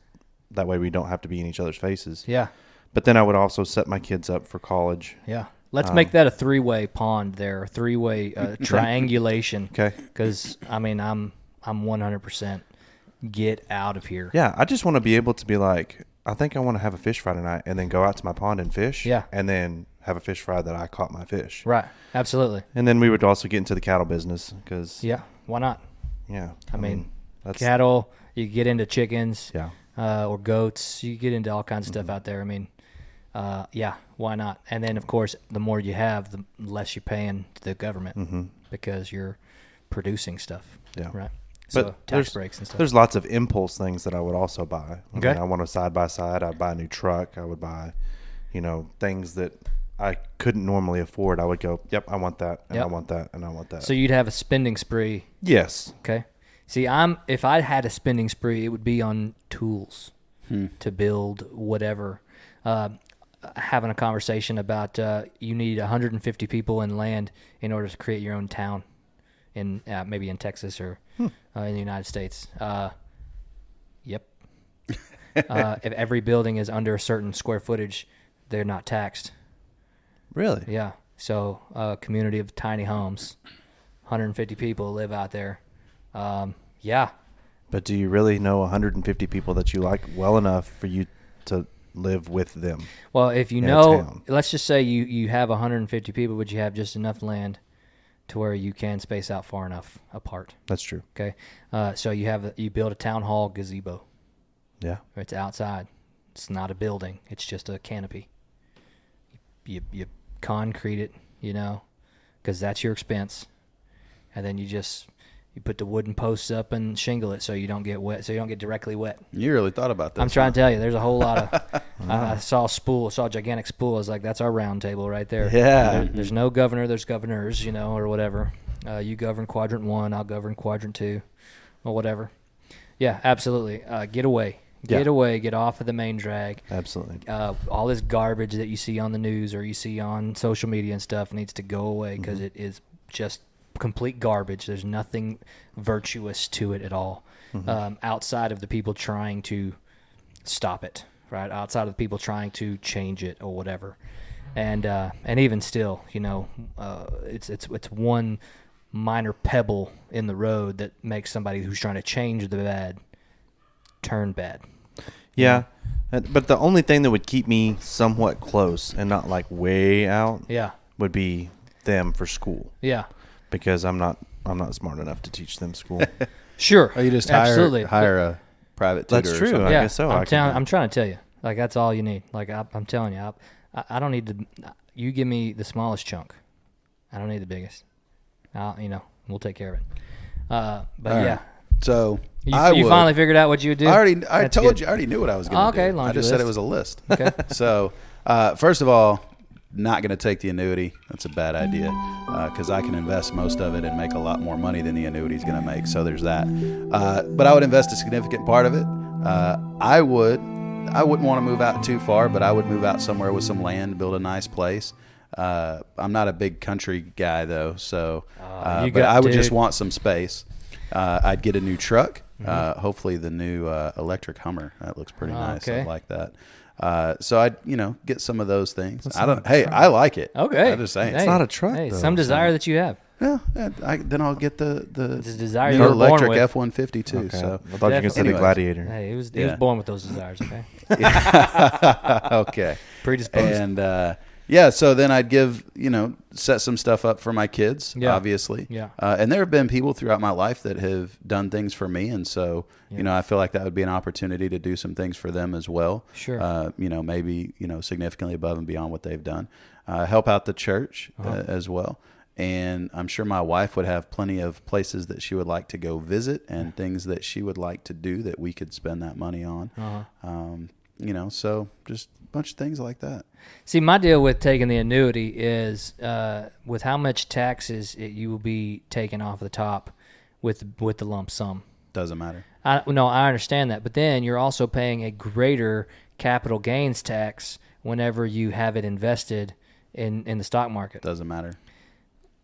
E: that way we don't have to be in each other's faces.
B: Yeah.
E: But then I would also set my kids up for college.
B: Yeah. Let's
E: Um,
B: make that a three-way pond there, a three-way uh, triangulation.
E: Okay.
B: Because I mean, I'm I'm 100 percent get out of here.
E: Yeah, I just want to be able to be like, I think I want to have a fish fry tonight, and then go out to my pond and fish.
B: Yeah.
E: and then have a fish fry that I caught my fish.
B: Right. Absolutely.
E: And then we would also get into the cattle business because
B: Yeah. Why not?
E: yeah,
B: I mean,
E: Mm-hmm. that's
B: cattle. You get into chickens.
E: Yeah. Mm-hmm.
B: Uh, or goats. You get into all kinds of stuff out there. I mean, uh, yeah. Why not? And then of course, the more you have, the less you're paying to the government because you're producing stuff.
E: Mm-hmm. Yeah.
B: Right.
E: but
B: So
E: there's-
B: tax breaks and stuff.
E: There's lots of impulse things that I would also buy. I
B: Okay.
E: mean, I want a side by side. I would buy a new truck. I would buy, you know, things that I couldn't normally afford. I would go, yep, I want that, and I
B: Yep.
E: want that, and I want that.
B: So you'd have a spending spree.
E: yes,
B: Okay. See, I'm if I had a spending spree, it would be on tools to build whatever. Uh, having a conversation about uh, you need 150 people and land in order to create your own town in uh, maybe in Texas or uh, in the United States. Uh, yep. uh, if every building is under a certain square footage, they're not taxed.
E: really,
B: Yeah. So a community of tiny homes, 150 people live out there. Um, yeah.
E: But do you really know 150 people that you like well enough for you to live with them?
B: Well, if you
E: In a
B: know,
E: town.
B: let's just say you, you have 150 people, but you have just enough land to where you can space out far enough apart.
E: That's true.
B: Okay. Uh, so you have, you build a town hall gazebo.
E: Yeah.
B: It's outside. It's not a building. It's just a canopy. You you concrete it, you know, because that's your expense, and then you just you put the wooden posts up and shingle it so you don't get wet, so you don't get directly wet.
F: You really thought about this.
B: I'm trying to tell you, there's a whole lot of. I, I saw a spool, saw a gigantic spool. I was like, that's our round table right there.
E: Yeah.
B: There- there's no governor. There's governors, you know, or whatever. Uh, you govern quadrant one. I'll govern quadrant two, or whatever. Yeah, absolutely. Uh, get away. Get
E: Yeah.
B: away. Get off of the main drag.
E: Absolutely.
B: Uh, all this garbage that you see on the news or you see on social media and stuff needs to go away because is just complete garbage. There's nothing virtuous to it at all, um, outside of the people trying to stop it, right? Outside of the people trying to change it or whatever, and uh, and even still, you know, uh, it's it's it's one minor pebble in the road that makes somebody who's trying to change the bad turn bad.
E: Yeah. And- But the only thing that would keep me somewhat close and not like way out
B: Yeah.
E: would be them for school
B: Yeah.
E: because I'm not I'm not smart enough to teach them school.
B: Sure.
F: Or Oh, you just hire
B: Absolutely.
F: hire a private tutor.
E: That's
F: or
E: true.
F: something.
E: I
B: yeah,
E: guess so. I
B: I'm,
E: could
B: tell-
E: do-
B: I'm trying to tell you, like that's all you need. Like I, I'm telling you, I, I- I don't need to. You give me the smallest chunk. I don't need the biggest. I'll, you know, we'll take care of it. Uh, but yeah,
F: So
B: you,
F: I
B: you
F: would-
B: finally figured out what you would do.
F: I already. I
B: That's
F: told
B: good.
F: you. I already knew what I was
B: Oh,
F: going to
B: okay,
F: do. I
B: laundry
F: just said it
B: list.
F: was a list.
B: Okay.
F: so, uh, first of all, not going to take the annuity. That's a bad idea because I can invest most of it and make a lot more money than the annuity is going to make. So there's that. Uh, but I would invest a significant part of it. Uh, I would. I wouldn't want to move out too far, but I would move out somewhere with some land, build a nice place. Uh, I'm not a big country guy though, so uh,
B: Ah, you
F: but
B: got-
F: I would just
B: dude.
F: want want some space. Uh, I'd get a new truck. Uh, hopefully, the new uh, electric Hummer. That looks pretty nice. I
B: okay.
F: like that. Uh, so I'd you know get some of those things. I don't. Hey, I like it.
B: Okay.
F: I'm just saying.
B: Hey,
E: not a truck,
B: Hey,
E: though,
B: some desire that you have.
F: Yeah. I, then I'll get the the,
B: It's a desire
F: new
B: you were born
F: electric
B: with.
F: F one fifty two.
E: Okay.
F: So
E: I thought you could say the
F: Anyways.
E: gladiator.
B: Hey, he was he
F: Yeah.
B: was born with those desires. Okay,
F: okay.
B: predisposed.
F: And uh, yeah, so then I'd give you know set some stuff up for my kids,
B: Yeah.
F: obviously.
B: Yeah.
F: Uh, and there have been people throughout my life that have done things for me, and so you know I feel like that would be an opportunity to do some things for them as well.
B: Sure.
F: Uh, you know, maybe you know significantly above and beyond what they've done. Uh, help out the church uh
B: Uh-huh.
F: as well. And I'm sure my wife would have plenty of places that she would like to go visit and things that she would like to do that we could spend that money on.
B: Uh-huh.
F: Um, you know, so just a bunch of things like that.
B: See, my deal with taking the annuity is uh, with how much taxes it, you will be taking off the top with with the lump sum.
F: Doesn't matter.
B: I, no, I understand that, but then you're also paying a greater capital gains tax whenever you have it invested in in the stock market.
F: Doesn't matter.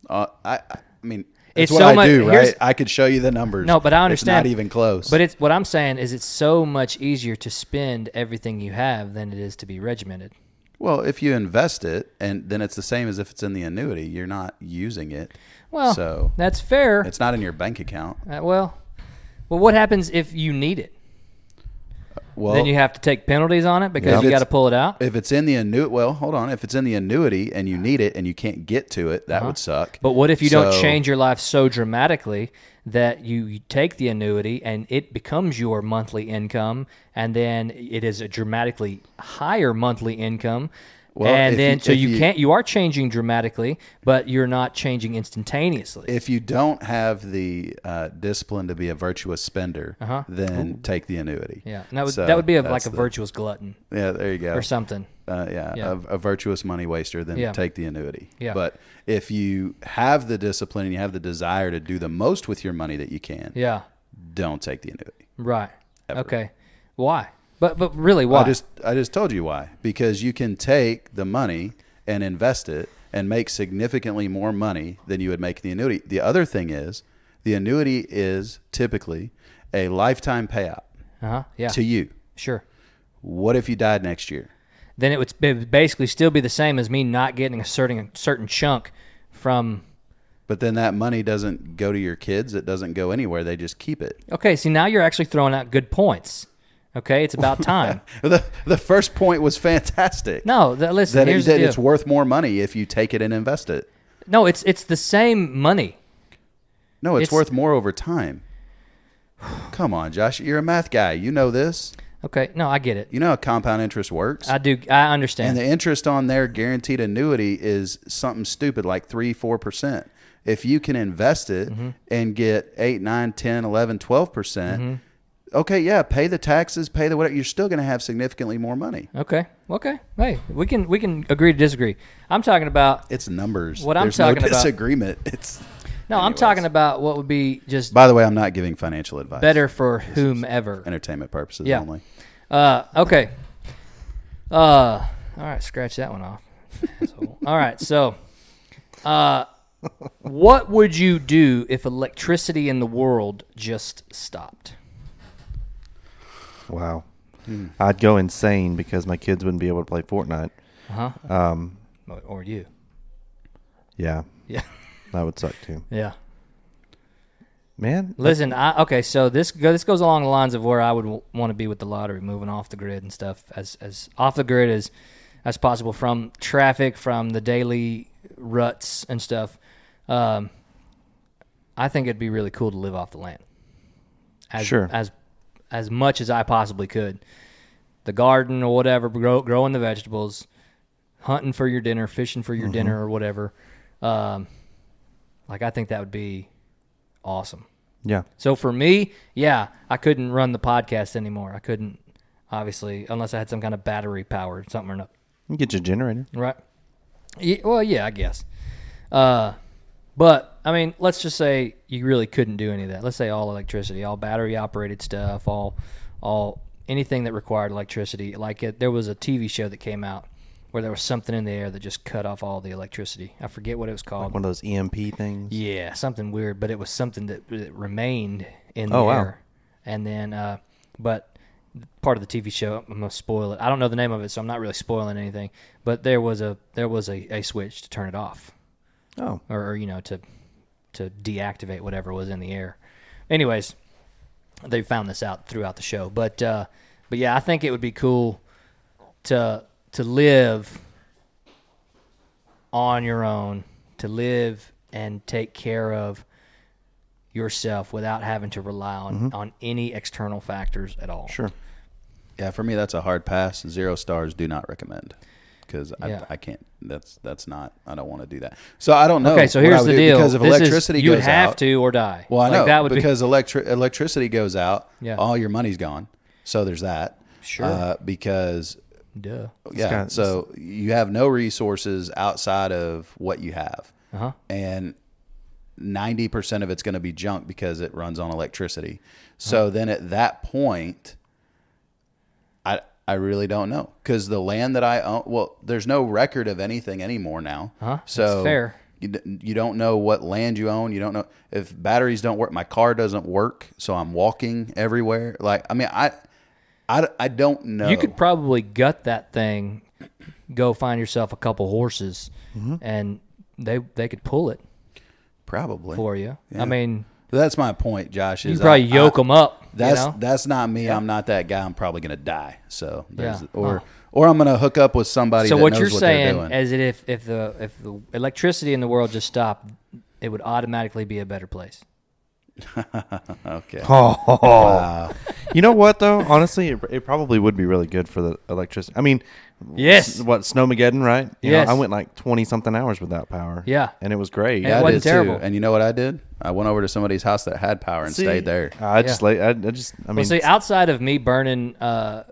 F: Uh, I, I mean,
B: It's
F: it's what
B: so
F: I
B: much-
F: do,
B: here's-
F: right? I could show you the numbers.
B: No, but I
F: It's
B: understand.
F: not even close.
B: But it's what I'm saying is it's so much easier to spend everything you have than it is to be regimented.
F: well, if you invest it, and then it's the same as if it's in the annuity. You're not using it.
B: Well,
F: so
B: that's fair.
F: it's not in your bank account.
B: Uh, well, well, what happens if you need it?
F: Well,
B: then you have to take penalties on it because
F: If
B: you got to
F: it's-
B: pull it out.
F: if it's in the annuity, well, hold on. If it's in the annuity and you need it and you can't get to it, that would suck.
B: Uh-huh. But what if you don't
F: So-
B: change your life so dramatically that you, you take the annuity and it becomes your monthly income, and then it is a dramatically higher monthly income,
F: Well,
B: and
F: if you-
B: then so
F: if
B: you,
F: you-
B: can't you are changing dramatically, but you're not changing instantaneously.
F: If you don't have the uh, discipline to be a virtuous spender, then take the annuity.
B: Uh-huh. yeah, and that would
F: So
B: that would be a,
F: that's
B: like a
F: the-
B: virtuous glutton
F: Yeah, there you go.
B: or something.
F: uh, yeah,
B: Yeah.
F: A, a virtuous money waster, then
B: Yeah.
F: take the annuity.
B: Yeah.
F: But if you have the discipline and you have the desire to do the most with your money that you can,
B: Yeah,
F: don't take the annuity.
B: right. Okay, why? But but really, why?
F: I just I just told you why. Because you can take the money and invest it and make significantly more money than you would make the annuity. The other thing is the annuity is typically a lifetime payout
B: uh-huh. Yeah,
F: to you.
B: sure.
F: What if you died next year?
B: then it would sp- it would basically still be the same as me not getting a certain certain chunk from.
F: But then that money doesn't go to your kids. It doesn't go anywhere. They just keep it.
B: Okay, see now you're actually throwing out good points. Okay, it's about time.
F: the the first point was fantastic.
B: No, th- listen.
F: that, it-
B: here's
F: that
B: the
F: it's
B: deal.
F: worth more money if you take it and invest it.
B: no, it's it's the same money.
F: No, it's,
B: It's-
F: worth more over time. Come on, Josh, you're a math guy. You know this.
B: Okay, no, I get it.
F: You know how compound interest works.
B: I do. I understand.
F: and the interest on their guaranteed annuity is something stupid like 3 4%. If you can invest it
B: Mm-hmm.
F: and get 8 9 10 11 12%, percent
B: Mm-hmm.
F: okay, yeah, pay the taxes, pay the whatever, you're still going to have significantly more money.
B: okay, okay. Hey, we can we can agree to disagree. I'm talking about
F: It's numbers.
B: What I'm
F: There's
B: talking
F: no
B: about-
F: disagreement. It's
B: no. I'm talking about what would be just
F: By the way, I'm not giving financial advice.
B: better for whomever.
F: entertainment purposes
B: Yeah.
F: only.
B: Uh, okay. Uh, all right, scratch that one off. Asshole. all right, so, uh, what would you do if electricity in the world just stopped?
E: Wow. I'd go insane because my kids wouldn't be able to play Fortnite.
B: Or- Or you?
E: Yeah,
B: Yeah,
E: that would suck too.
B: yeah.
E: Man,
B: Listen, I, okay, so this go, this goes along the lines of where I would w- want to be with the lottery, moving off the grid and stuff, as as off the grid as as possible from traffic, from the daily ruts and stuff. Um, I think it'd be really cool to live off the land. As,
E: Sure.
B: As as much as I possibly could, the garden or whatever, grow, growing the vegetables, hunting for your dinner, fishing for your dinner or whatever. Um, like I think that would be awesome.
E: Yeah.
B: So for me, yeah, I couldn't run the podcast anymore. I couldn't, obviously, unless I had some kind of battery power, something or not.
E: You can get your generator.
B: Right. Ye- well, yeah, I guess. Uh, but I mean, let's just say you really couldn't do any of that. Let's say all electricity, all battery operated stuff, all, all anything that required electricity. Like it, there was a TV show that came out where there was something in the air that just cut off all the electricity. I forget what it was called.
E: One of those EMP things.
B: Yeah, something weird, but it was something that, that remained in the
E: Oh, wow.
B: air. And then, uh, but part of the TV show, I'm gonna spoil it. I don't know the name of it, so I'm not really spoiling anything. But there was a there was a, a switch to turn it off,
E: Oh.
B: or, or you know to to deactivate whatever was in the air. Anyways, they found this out throughout the show, but uh, but yeah, I think it would be cool to to live on your own, to live and take care of yourself without having to rely on,
F: Mm-hmm.
B: on any external factors at all.
E: Sure.
F: Yeah, for me that's a hard pass. Zero stars. Do not recommend because
B: Yeah.
F: I, I can't. That's that's not. I don't want to do that. So I don't know.
B: Okay, so
F: what I
B: here's
F: would
B: the
F: do
B: deal.
F: Because if
B: This is-
F: electricity
B: you would
F: goes
B: have
F: out,
B: to or die.
F: Well, I
B: Like,
F: know
B: that would be-
F: because electric electricity goes out.
B: Yeah.
F: all your money's gone. So there's that.
B: Sure.
F: Uh, because
B: Duh.
F: yeah,
E: got-
F: so you have no resources outside of what you have,
B: Uh-huh.
F: and ninety percent of it's going to be junk because it runs on electricity. So
B: Uh-huh.
F: then at that point, I I really don't know because the land that I own, well, there's no record of anything anymore now.
B: Huh,
F: So
B: Uh-huh. that's fair.
F: You, d- you don't know what land you own. You don't know if batteries don't work. My car doesn't work, so I'm walking everywhere. Like I mean, I. I, d- I don't know.
B: You could probably gut that thing, go find yourself a couple horses,
F: Mm-hmm.
B: and they they could pull it
F: probably
B: for you.
F: Yeah.
B: I mean,
F: That's my point, Josh. Is
B: you could probably
F: I-
B: yoke
F: I-
B: them up.
F: That's
B: you know?
F: that's not me. I'm not that guy. I'm probably gonna die. So there's
B: Yeah. Uh-huh.
F: or or I'm gonna hook up with somebody.
B: so
F: that
B: what
F: knows
B: you're
F: what they're
B: saying
F: doing.
B: is that if if the if the electricity in the world just stopped, it would automatically be a better place.
F: okay.
E: You know what though? Honestly, it, it probably would be really good for the electricity. I mean,
B: Yes.
E: s- what Snowmageddon, right? You know,
B: Yes.
E: I went like twenty something hours without power.
B: Yeah.
E: and it was great.
B: Yeah, it
F: I did
B: wasn't terrible.
F: too. And you know what I did? I went over to somebody's house that had power and stayed there.
B: uh,
E: I just, like, I, I just, I mean,
B: Well, see, outside of me burning uh,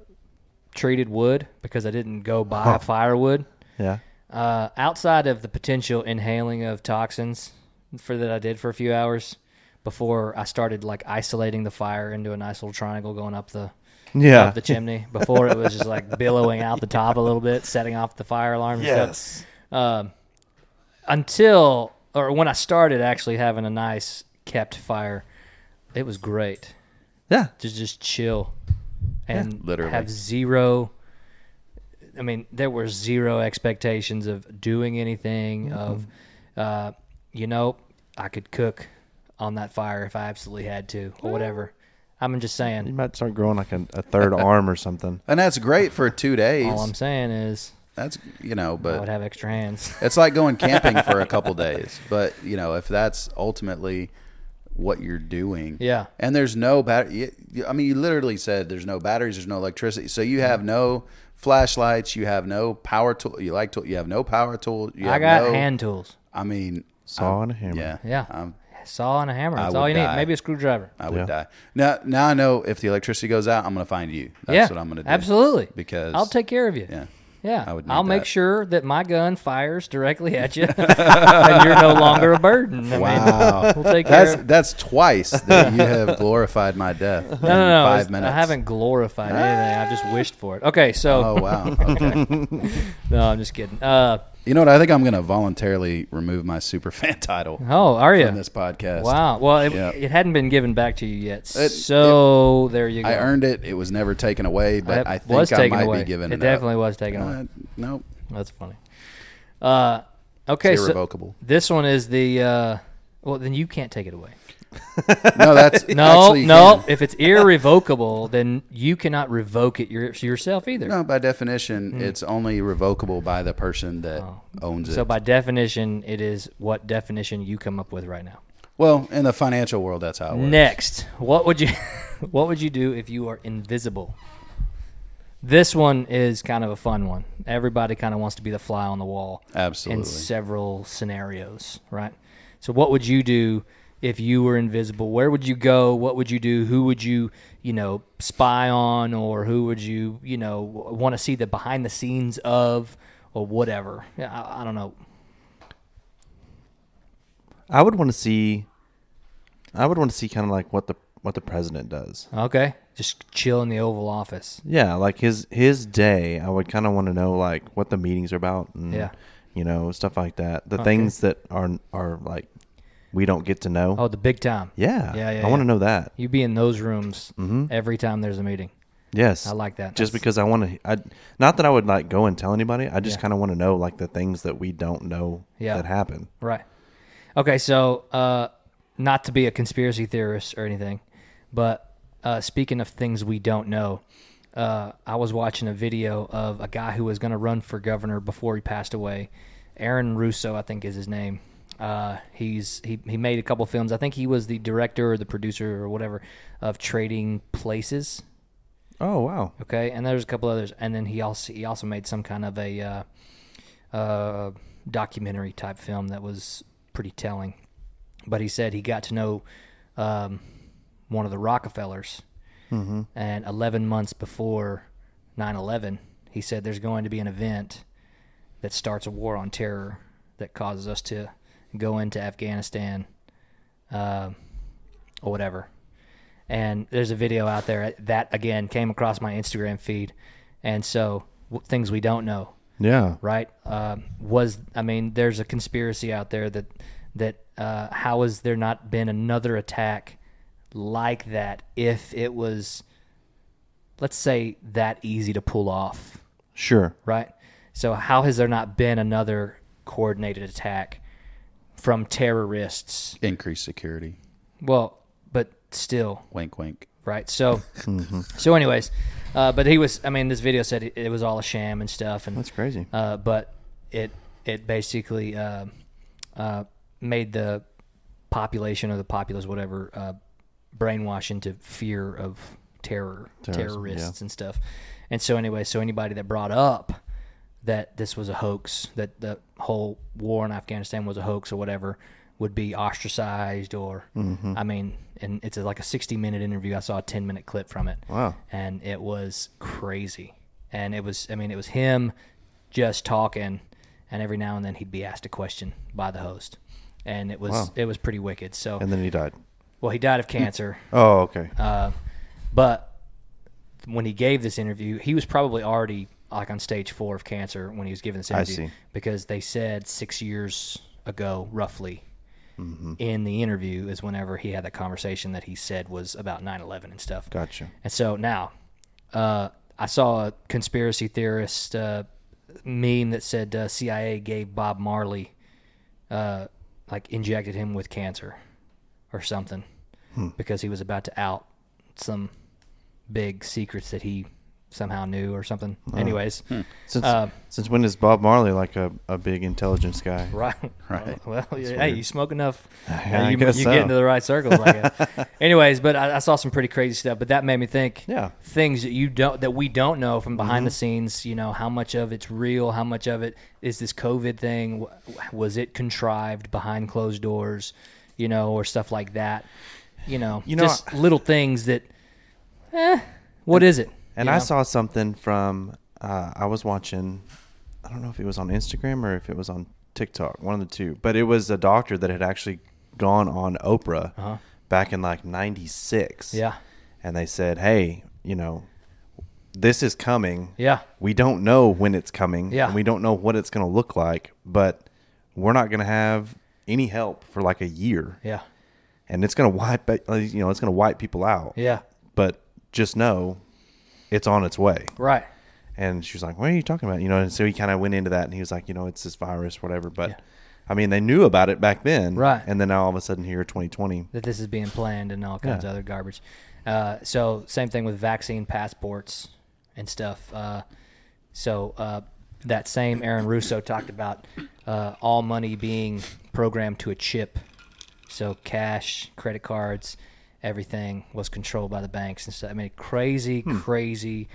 B: treated wood because I didn't go buy firewood,
E: yeah,
B: uh, outside of the potential inhaling of toxins for that I did for a few hours before I started like isolating the fire into a nice little triangle going up the
E: yeah,
B: up the chimney. Before it was just like billowing out the top a little bit, setting off the fire alarm. and stuff.
E: yes,
B: until or when I started actually having a nice kept fire, it was great
E: yeah.
B: to just chill and
F: literally.
B: have zero. I mean, there were zero expectations of doing anything. Of, uh, you know, I could cook on that fire if I absolutely had to or whatever. I'm just
E: You
B: saying.
E: might start growing like a, a third arm or something.
F: And that's great for two
B: All I'm
F: days.
B: saying is
F: That's you know,
B: I would
F: but
B: have extra hands.
F: it's like going camping for a couple days. But you know, if that's ultimately what you're doing,
B: Yeah.
F: And there's no battery. I mean, you literally said there's no batteries, there's no electricity. So you have no flashlights, you have no power tool. You like tool. You have no power tool. You
B: I
F: have
B: got
F: no-
B: hand tools.
F: I mean,
E: Saw and a hammer.
F: yeah,
B: Yeah.
F: I'm,
B: Saw and a hammer. That's all
F: would
B: you
F: die.
B: need. Maybe a screwdriver.
F: I would
E: Yeah.
F: die. Now, now I know if the electricity goes out, I'm going to find you. That's
B: yeah,
F: what I'm going to do.
B: Absolutely.
F: Because
B: I'll take care of you.
F: Yeah.
B: Yeah.
F: I would need
B: I'll make
F: that.
B: sure that my gun fires directly at you and you're no longer a burden. I
F: Wow.
B: mean, we'll take care
F: That's
B: of
F: that's twice that you have glorified my death in
B: no, no, no.
F: five
B: it's-
F: minutes. Ah.
B: I haven't glorified anything. I've just wished for it. Okay, so
F: Oh wow. Okay.
B: no, I'm just kidding. Uh,
F: you know what? I think I'm going to voluntarily remove my super fan title
B: oh, are you?
F: from this podcast.
B: Wow. Well, it,
F: Yeah.
B: it hadn't been given back to you yet.
F: It-
B: so there you go.
F: I earned it. It was never taken away, but
B: That
F: I think
B: was
F: I
B: taken
F: might
B: away.
F: be given it,
B: it definitely was taken away.
F: Up. Uh, nope.
B: That's funny. Uh, okay,
F: It's
B: so
F: irrevocable.
B: this one is the uh, well. Then you can't take it away.
F: No, that's
B: No,
F: actually
B: no.
F: human.
B: If it's irrevocable, then you cannot revoke it your, yourself either.
F: No, by definition,
B: Hmm.
F: it's only revocable by the person that owns it.
B: Oh. So by definition, it is what definition you come up with right now.
F: well, in the financial world, that's how it works.
B: Next, what would you what would you do if you are invisible? This one is kind of a fun one. Everybody kind of wants to be the fly on the wall
F: Absolutely.
B: in several scenarios, right? So what would you do if you were invisible? Where would you go? What would you do? Who would you, you know, spy on or who would you, you know, want to see the behind the scenes of or whatever? Yeah, I, I don't know.
E: I would want to see. I would want to see kind of like what the what the president does.
B: Okay. Just chill in the Oval Office.
E: Yeah, like his his day. I would kind of want to know like what the meetings are about. And,
B: Yeah.
E: You know stuff like that. The things that are are like we don't get to know.
B: Oh, the big time.
E: yeah.
B: Yeah, yeah.
E: I want
B: yeah.
E: to know that.
B: You be in those rooms every time there's a meeting.
E: Yes.
B: I like that.
E: Just
B: That's-
E: because I want to. I not that I would like go and tell anybody. I just
B: Yeah.
E: kind of want to know like the things that we don't know
B: Yeah.
E: that happen.
B: Right. Okay, so uh, not to be a conspiracy theorist or anything, but uh, speaking of things we don't know, uh, I was watching a video of a guy who was going to run for governor before he passed away. Aaron Russo, I think, is his name. Uh, he's he, he made a couple films. I think he was the director or the producer or whatever of Trading Places.
E: Oh wow.
B: Okay, and there's a couple others, and then he also he also made some kind of a uh, uh, documentary type film that was pretty telling. But he said he got to know um, one of the Rockefellers, and 11 months before 9/11, he said there's going to be an event that starts a war on terror that causes us to go into Afghanistan uh, or whatever and there's a video out there that again came across my Instagram feed, and so w- things we don't know,
E: Yeah.
B: right? Um, was I mean, there's a conspiracy out there that that uh, how has there not been another attack like that if it was, let's say, that easy to pull off,
E: Sure.
B: right? So how has there not been another coordinated attack from terrorists?
F: Increased security.
B: Well, but still,
F: Wink, wink.
B: right? So, so anyways, uh, but he was. I mean, this video said it, it was all a sham and stuff, and
E: That's crazy.
B: Uh, but it it basically uh, uh, made the population or the populace, whatever, uh, brainwash into fear of terror, terrorists and stuff. And so, anyway, so anybody that brought up that this was a hoax, that the whole war in Afghanistan was a hoax or whatever, would be ostracized or,
E: Mm-hmm.
B: I mean, and it's like a 60 minute interview. I saw a 10 minute clip from it.
E: Wow.
B: And it was crazy. And it was, I mean, it was him just talking, and every now and then he'd be asked a question by the host. And it was it was pretty wicked. So,
E: And then he died.
B: well, he died of cancer.
E: Oh okay.
B: uh, But when he gave this interview, he was probably already like on stage four of cancer when he was giving this interview
E: see.
B: because they said six years ago, roughly,
E: Mm-hmm.
B: in the interview is whenever he had that conversation that he said was about 9-11 and stuff.
E: gotcha.
B: And so now, uh, I saw a conspiracy theorist uh, meme that said uh, CIA gave Bob Marley, uh, like injected him with cancer or something because he was about to out some big secrets that he somehow knew or something. Anyways,
E: Since
B: uh,
E: since when is Bob Marley like a, a big intelligence guy?
B: Right.
F: Right.
B: Well, yeah, hey, you smoke enough.
E: Yeah, I
B: you
E: guess
B: you
E: so.
B: get into the right circles, I guess. Anyways, but I, I saw some pretty crazy stuff. But that made me think.
E: Yeah. Mm-hmm.
B: Things that you don't that we don't know from behind the scenes. You know how much of it's real, how much of it is this COVID thing? W- Was it contrived behind closed doors? You know, or stuff like that. You know,
E: You know,
B: just little things that. Eh, what is it?
E: And
B: You
E: I
B: know?
E: saw something from uh, I was watching. I don't know if it was on Instagram or if it was on TikTok, one of the two. But it was a doctor that had actually gone on Oprah back in like '96.
B: Uh-huh. Yeah.
E: and they said, "Hey, you know, this is coming.
B: Yeah.
E: we don't know when it's coming.
B: Yeah.
E: and we don't know what it's going to look like, but we're not going to have any help for like a year.
B: Yeah.
E: and it's going to wipe, uh, you know, it's going to wipe people out.
B: Yeah.
E: but just know." It's on its way.
B: Right.
E: And she was like, "What are you talking about?" You know, and so he kind of went into that, and he was like, "You know, it's this virus, whatever." But I mean, they knew about it back then,
B: Right.
E: And then now all of a sudden, here, 2020,
B: that this is being planned and all kinds
E: Yeah.
B: of other garbage. Uh, so same thing with vaccine passports and stuff. Uh, so uh, that same Aaron Russo talked about uh, all money being programmed to a chip. So cash, credit cards, everything was controlled by the banks and stuff. I mean, crazy,
E: Hmm.
B: crazy,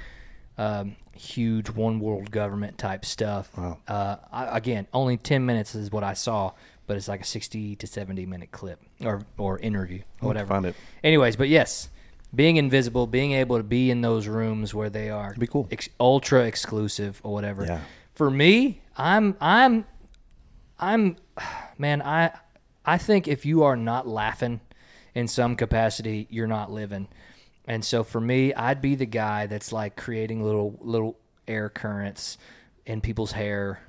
B: um, huge one world government type stuff. Uh, I, again, only ten minutes is what I saw, but it's like a sixty to seventy minute clip or or interview, or whatever.
E: find it.
B: Anyways, but yes, being invisible, being able to be in those rooms where they are
E: be cool.
B: ex- ultra exclusive or whatever.
E: Yeah.
B: For me, I'm I'm I'm man, I I think if you are not laughing in some capacity, you're not living. And so for me, I'd be the guy that's like creating little little air currents in people's hair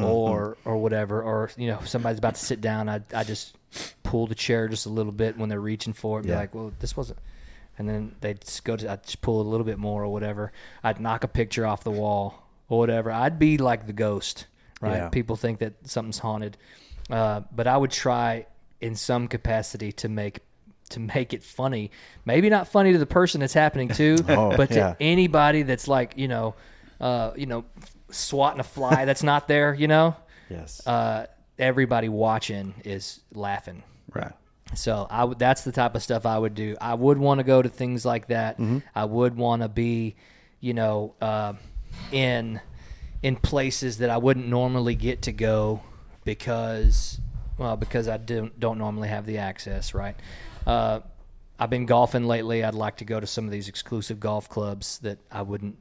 B: or or whatever or you know, if somebody's about to sit down, I I just pull the chair just a little bit when they're reaching for it and be like, "Well, this wasn't and then they'd just go to I'd just pull a little bit more or whatever. I'd knock a picture off the wall or whatever. I'd be like the ghost, right?
E: Yeah.
B: People think that something's haunted, uh, but I would try in some capacity to make to make it funny. Maybe not funny to the person it's happening to, but
E: yeah.
B: to anybody that's like you know, uh, you know, swatting a fly that's not there. You know,
E: yes,
B: uh, everybody watching is laughing.
F: Right.
B: So I would that's the type of stuff I would do. I would want to go to things like that. I would want to be, you know, uh, in in places that I wouldn't normally get to go because well because I don't don't normally have the access. Right. Uh, I've been golfing lately. I'd like to go to some of these exclusive golf clubs that I wouldn't,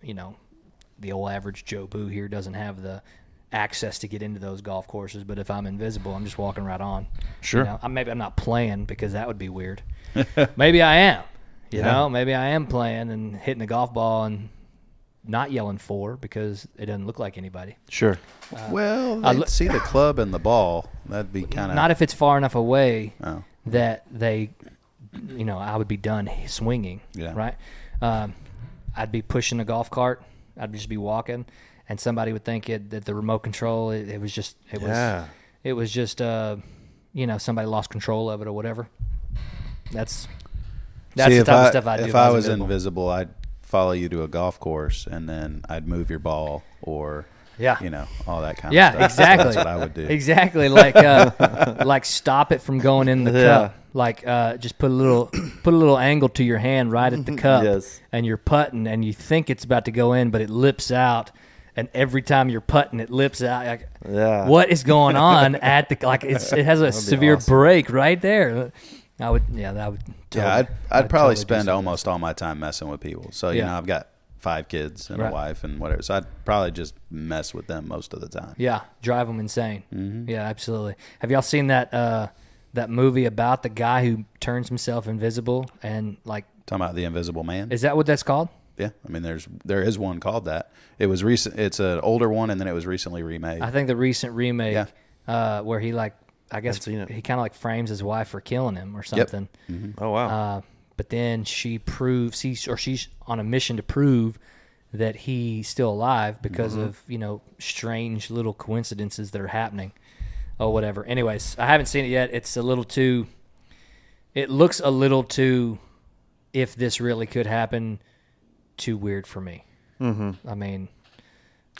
B: you know, the old average Joe Boo here doesn't have the access to get into those golf courses. But if I'm invisible, I'm just walking right on. Sure. I, maybe I'm not playing because that would be weird. maybe I am. You know, maybe I am playing and hitting the golf ball and not yelling four because it doesn't look like anybody.
E: sure.
B: Uh,
F: well, they'd
B: look-
F: see the club and the ball. That'd be kind of
B: Not if it's far enough away
F: Oh.
B: that they, you know, I would be done swinging.
F: Yeah.
B: Right. Um, I'd be pushing a golf cart. I'd just be walking, and somebody would think it that the remote control. It, it was just. It
E: Yeah.
B: was. It was just. Uh, you know, somebody lost control of it or whatever. That's. That's
F: See,
B: the
F: if
B: type
F: I,
B: of stuff I do.
F: If I was
B: invisible.
F: invisible. I'd follow you to a golf course and then I'd move your ball or
B: Yeah.
F: you know, all that kind
B: Yeah,
F: of stuff.
B: exactly.
F: That's what I would do.
B: Exactly, like uh, like stop it from going in the cup. Like uh, just put a little put a little angle to your hand right at the cup,
E: Yes.
B: and you're putting, and you think it's about to go in, but it lips out. And every time you're putting, it lips out. Like,
E: Yeah.
B: What is going on at the like? It's, it has a severe break right there. I would, yeah, that would. Totally,
F: Yeah, I'd, I'd,
B: totally
F: probably
B: do
F: spend
B: something.
F: almost all my time messing with people. So, you
B: Yeah.
F: know, I've got five kids and
B: Right.
F: a wife and whatever. So I'd probably just mess with them most of the time.
B: Yeah, drive them insane. Yeah, absolutely. Have y'all seen that uh, that movie about the guy who turns himself invisible and like
F: Talking about the Invisible Man.
B: is that what that's called?
F: yeah, I mean, there's there is one called that. It was recent. It's an older one, and then it was recently remade.
B: I think the recent remake
F: Yeah.
B: uh, where he like I guess he
E: seen it.
B: kind of like frames his wife for killing him or something.
E: Oh wow,
B: Uh, but then she proves he's or she's on a mission to prove that he's still alive because of you know strange little coincidences that are happening or whatever. Anyways, I haven't seen it yet. It's a little too. It looks a little too. If this really could happen, too weird for me. Mm-hmm. I mean,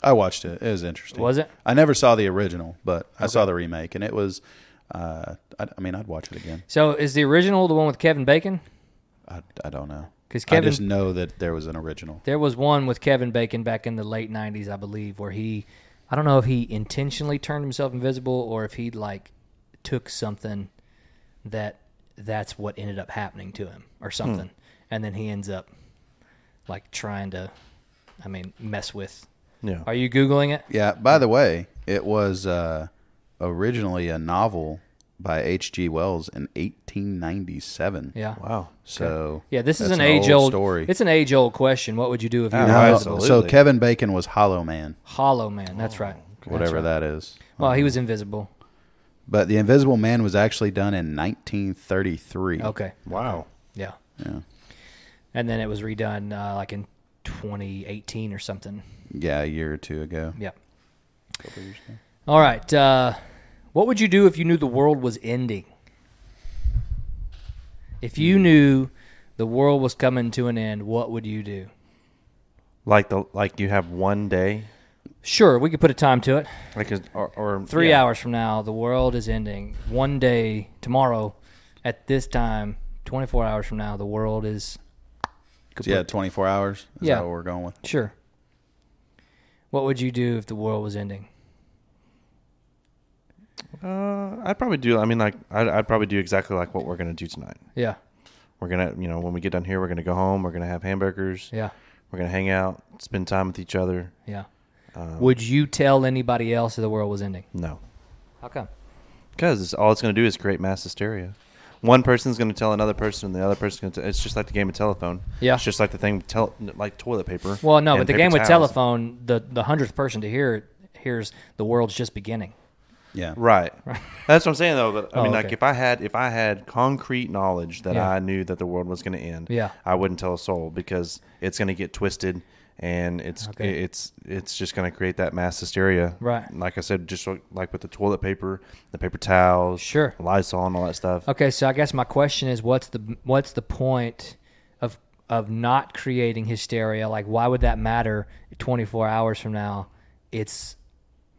F: I watched it. It was interesting.
B: Was it?
F: I never saw the original, but I saw the remake, and it was. Uh, I, I mean, I'd watch it again.
B: so is the original the one with Kevin Bacon?
F: I, I don't know
B: 'Cause
F: I
B: Kevin-
F: just know that there was an original.
B: There was one with Kevin Bacon back in the late '90s, I believe, where he, I don't know if he intentionally turned himself invisible or if he like took something that that's what ended up happening to him or something, and then he ends up like trying to, I mean, mess with.
E: yeah.
B: Are you googling it?
F: Yeah. By the way, it was uh, originally a novel by H.G. Wells in 1897.
B: Yeah.
E: Wow.
F: So
B: Yeah, this is
F: that's
B: an, age old
F: story.
B: It's an age old question. What would you do if you were
E: Yeah.
B: invisible?
E: Absolutely.
F: so Kevin Bacon was Hollow Man,
B: Hollow Man? That's right.
F: whatever that is.
B: Well, he was invisible.
F: But the Invisible Man was actually done in 1933.
B: Okay.
E: Wow.
B: Yeah. And then it was redone uh, like in 2018 or something.
F: Yeah, a year or two ago.
B: Yeah. All right. Uh, What would you do if you knew the world was ending? If you knew the world was coming to an end, what would you do?
E: Like the like you have one day,
B: Sure, we could put a time to it.
E: like is- or, or
B: Three
E: yeah.
B: hours from now, the world is ending. One day, tomorrow, at this time, 24 hours from now, the world is.
F: So yeah, 24 hours. Is
B: Yeah.
F: that what we're going with?
B: Sure. What would you do if the world was ending?
E: Uh, I'd probably do. I mean, like I'd, I'd probably do exactly like what we're gonna do tonight.
B: Yeah,
E: We're gonna, you know, when we get done here, we're gonna go home. We're gonna have hamburgers.
B: yeah,
E: We're gonna hang out, spend time with each other.
B: yeah.
E: Um,
B: would you tell anybody else that the world was ending?
E: No,
B: How come?
E: because all it's gonna do is create mass hysteria. One person's gonna tell another person, and the other person's gonna. T- it's just like the game of telephone.
B: Yeah.
E: It's just like the thing, tel- like toilet paper.
B: Well, no,
E: and
B: but the
E: paper
B: game with
E: towels.
B: telephone, the the hundredth person to hear it hears the world's just beginning.
F: Yeah.
E: Right. That's what I'm saying though. But I
B: Oh,
E: mean, like
B: okay.
E: if I had if I had concrete knowledge that
B: Yeah.
E: I knew that the world was going to end,
B: Yeah.
E: I wouldn't tell a soul because it's going to get twisted and it's
B: Okay.
E: it's it's just going to create that mass hysteria.
B: Right.
E: Like I said, just like- like with the toilet paper, the paper towels,
B: Sure.
E: Lysol, and all that stuff.
B: Okay, so I guess my question is, what's the what's the point of of not creating hysteria? Like, why would that matter? Twenty four hours from now, it's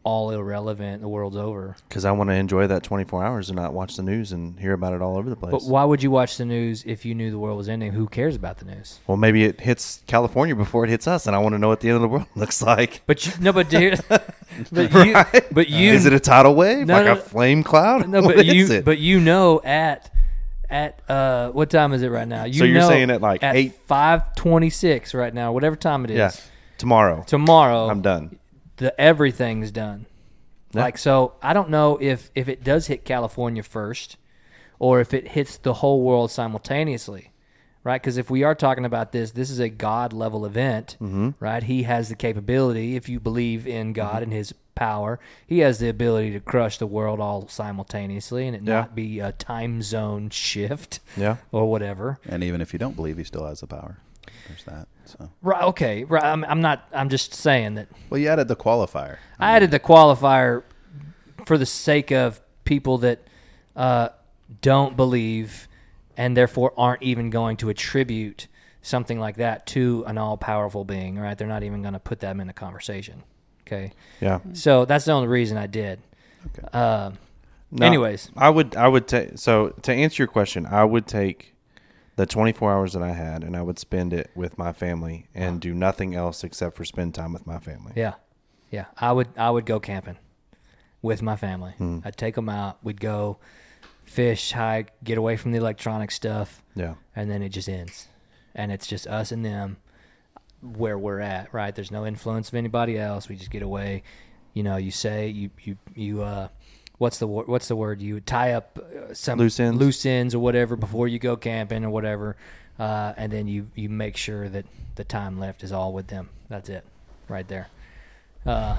B: all irrelevant. The world's over.
E: Because I want to enjoy that 24 hours and not watch the news and hear about it all over the place.
B: But why would you watch the news if you knew the world was ending? Who cares about the news?
E: well, maybe it hits California before it hits us, and I want to know what the end of the world looks like.
B: But you, no, but dear, but you, but you,
E: Uh, Is it a tidal wave?
B: No,
E: like
B: no,
E: a
B: no.
E: flame cloud?
B: no,
E: What
B: but
E: is
B: you,
E: it?
B: but you know at at uh, what time is it right now? You
E: So you're
B: know
E: saying at like eight-
B: five twenty six right now, whatever time it is.
E: Yeah. Tomorrow.
B: Tomorrow,
E: I'm done.
B: the everything's done.
E: Yeah.
B: Like so, I don't know if if it does hit California first, or if it hits the whole world simultaneously, right? Because if we are talking about this, this is a God level event,
E: Mm-hmm.
B: right? He has the capability, if you believe in God and His power, He has the ability to crush the world all simultaneously, and it
E: Yeah.
B: not be a time zone shift,
E: Yeah.
B: or whatever.
F: And even if you don't believe, he still has the power. There's that. So.
B: Right? Okay. Right. I'm, I'm not. I'm just saying that
F: Well, you added the qualifier.
B: I added the qualifier for the sake of people that uh, don't believe and therefore aren't even going to attribute something like that to an all-powerful being. Right? They're not even going to put them in a conversation. Okay.
E: Yeah.
B: So that's the only reason I did. Okay. Uh,
E: No,
B: Anyways,
E: I would I would take so to answer your question, I would take the 24 hours that I had and I would spend it with my family and do nothing else except for spend time with my family.
B: yeah, yeah. I would I would go camping with my family. I'd take them out. We'd go fish, hike, get away from the electronic stuff.
E: Yeah.
B: and then it just ends and it's just us and them where we're at right there's no influence of anybody else we just get away you know you say you you you uh what's the wor- what's the word you tie up uh, some
E: Loose ends.
B: loose ends or whatever
F: Mm-hmm.
B: before you go camping or whatever uh, and then you you make sure that the time left is all with them that's it right there uh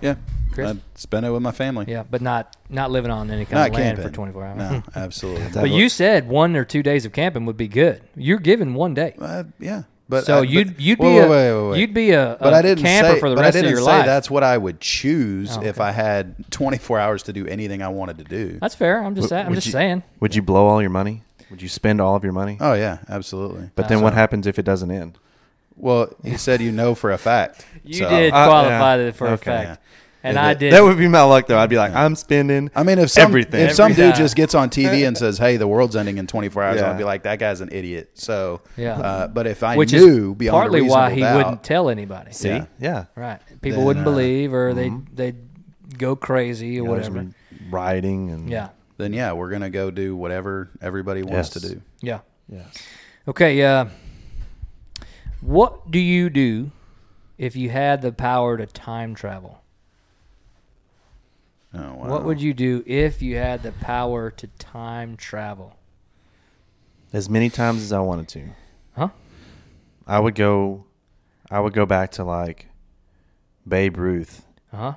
F: Yeah.
B: Chris?
F: I'd spend it with my family.
B: yeah but not not living on any kind
F: Not
B: of land
F: camping.
B: for 24 hours
F: No, absolutely.
B: but you said one or two days of camping would be good you're given one day
F: Uh, yeah. But
B: So
F: I- but-
B: you'd you'd be
F: Wait,
B: a,
F: wait, wait, wait, wait.
B: you'd be a,
F: but
B: I
F: I didn't
B: camper
F: say,
B: for the
F: but
B: rest
F: I didn't
B: of your
F: say
B: life.
F: that's what I would choose
B: Oh,
F: if
B: okay.
F: I had 24 hours to do anything I wanted to do.
B: That's fair. I'm just sa- I'm
E: would
B: just
E: you- Uh,
B: saying.
E: Would you blow all your money? Would you spend all of your money?
F: Oh yeah, absolutely.
E: but then what happens if it doesn't end?
F: Well, he said you know for a fact.
B: You
F: So,
B: did
E: Uh,
B: qualify
E: yeah.
B: it for a
E: Okay.
B: fact, and
F: Yeah,
B: I
F: that-
B: did.
E: That would be my luck though. I'd be like, I'm spending
F: I mean, if some,
E: everything.
F: if some
B: Every
F: dude
B: time.
F: just gets on TV and says, "Hey, the world's ending in 24 hours,"
E: Yeah.
F: I'd be like, "That guy's an idiot." So,
B: Yeah.
F: Uh, but if I
B: which
F: knew
B: is
F: beyond a
B: partly why
F: reasonable
B: he
F: doubt-
B: wouldn't tell anybody.
E: See? Yeah.
B: Right? People
F: Then,
B: wouldn't
F: uh,
B: believe, or they they'd go crazy or
E: There's
B: whatever.
E: Riding and
B: Yeah.
F: then yeah, we're gonna go do whatever everybody
E: Yes.
F: wants to do.
B: Yeah.
E: Yes.
B: Okay. Uh, what do you do if you had the power to time travel?
F: Oh, wow.
B: What would you do if you had the power to time travel?
E: as many times as I wanted to.
B: Huh?
E: I would go I would go back to like Babe Ruth,
B: Uh huh.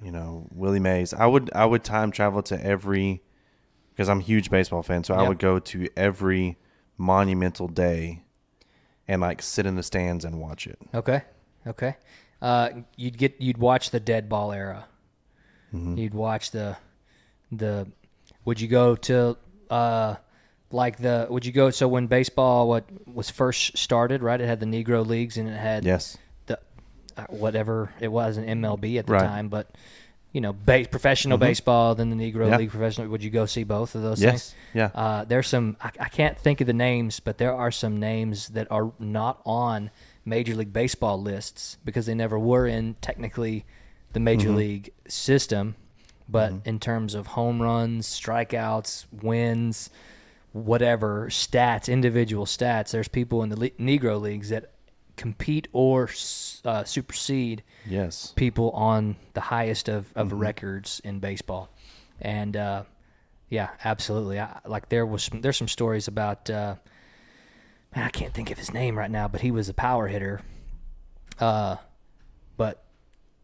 E: you know, Willie Mays. I would I would time travel to every because I'm a huge baseball fan, so
B: Yeah.
E: I would go to every monumental day and like sit in the stands and watch it.
B: Okay. Okay.
E: Mm-hmm.
B: Uh, you'd get you'd watch the dead ball era. You'd watch the the would you go to uh like the would you go so when baseball what was first started right it had the negro leagues and it had
E: Yes.
B: the uh, whatever it was in MLB at the
E: Right. Mm-hmm.
B: time but you know base, professional baseball then the negro
E: Yeah.
B: league professional would you go see both of those
E: Yes.
B: things
E: Yeah.
B: uh, there's some I, I can't think of the names but there are some names that are not on major league baseball lists because they never were in technically the major
E: Mm-hmm.
B: league system but in terms of home runs strikeouts wins whatever stats individual stats there's people in the le- negro leagues that compete or s- uh, supersede
E: Yes.
B: people on the highest of, of records in baseball. And uh, yeah, absolutely. I, like there was some, there's some stories about uh, man, I can't think of his name right now, but he was a power hitter. Uh, but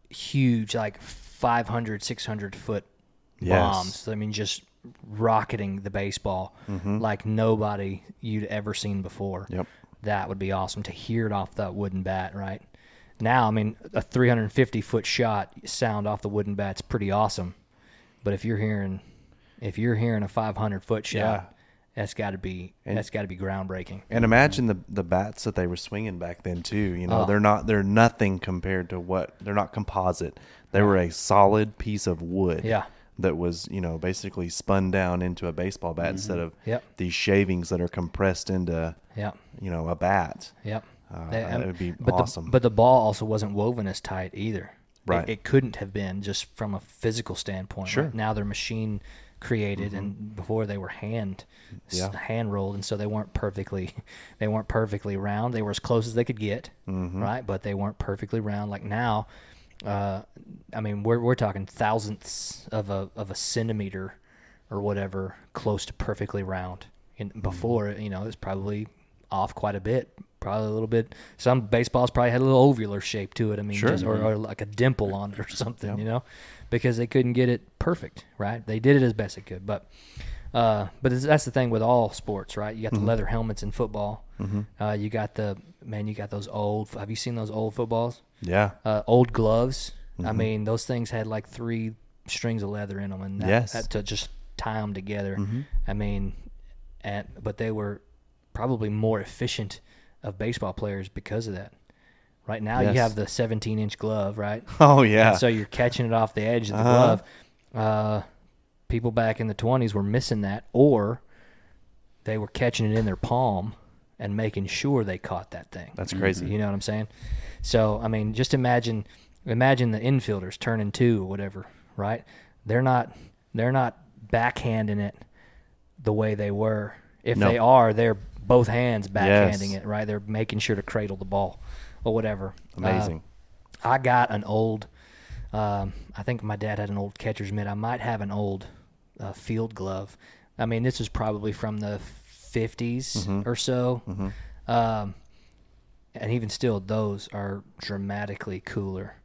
B: huge like 500 600 foot
E: Yes.
B: bombs. I mean just rocketing the baseball like nobody you'd ever seen before.
E: Mm-hmm. Yep.
B: That would be awesome to hear it off that wooden bat, right? Now, I mean, a 350 foot shot sound off the wooden bat's pretty awesome, but if you're hearing, if you're hearing a 500 foot shot,
E: Yeah.
B: that's got to be that's got to be groundbreaking.
E: And imagine the the bats that they were swinging back then too. You
B: Oh.
E: know, they're not they're nothing compared to what they're not composite. They were a solid piece of wood.
B: Yeah.
E: That was you know basically spun down into a baseball bat instead of
B: Mm-hmm. Yep.
E: these shavings that are compressed into
B: Yeah,
E: you know a bat.
B: yep.
E: Uh,
B: They-
E: that would be
B: but
E: awesome.
B: The, but the ball also wasn't woven as tight either. It-
E: Right.
B: It, couldn't have been just from a physical standpoint.
E: Sure. Mm-hmm.
B: Right? Now they're machine created, and before they were hand s-
E: Yeah.
B: hand rolled, and so they weren't perfectly they weren't perfectly round. They were as close as they could get,
E: Mm-hmm.
B: right? But they weren't perfectly round. Like now, uh, I mean, we're we're talking thousandths of a of a centimeter or whatever close to perfectly round. And before, you know, it's probably off quite a bit. Probably a little bit. Some baseballs probably had a little ovular shape to it. I mean, just, or, or like a dimple on it or something, you know, because they couldn't get it perfect, right? They did it as best they could, but uh, but it's- that's the thing with all sports, right? You got the leather helmets in football. Uh, you got the man. You got those old. Have you seen those old footballs?
E: yeah.
B: uh, old gloves. I
E: Mm-hmm.
B: mean, those things had like three strings of leather in them, and that,
E: Yes. Mm-hmm.
B: that to just tie them together. I mean, and but they were probably more efficient of baseball players because of that. Right now,
E: Yes.
B: you have the 17 inch glove, right?
E: oh yeah. Uh-huh.
B: So you're catching it off the edge of the glove. Uh, people back in the 20s were missing that, or they were catching it in their palm and making sure they caught that thing.
E: That's crazy.
B: You know what I'm saying? So I mean, just imagine imagine the infielders turning two or whatever, right? They're not they're not backhanding it the way they were. If
E: No.
B: they are, they're both hands backhanding
E: Yes.
B: it, right? They're making sure to cradle the ball or whatever. Uh,
E: Amazing.
B: I got an old. Um, I think my dad had an old catcher's mitt. I might have an old uh, field glove. I mean, this was probably from the 50s or so. Um, and even still, those are dramatically cooler.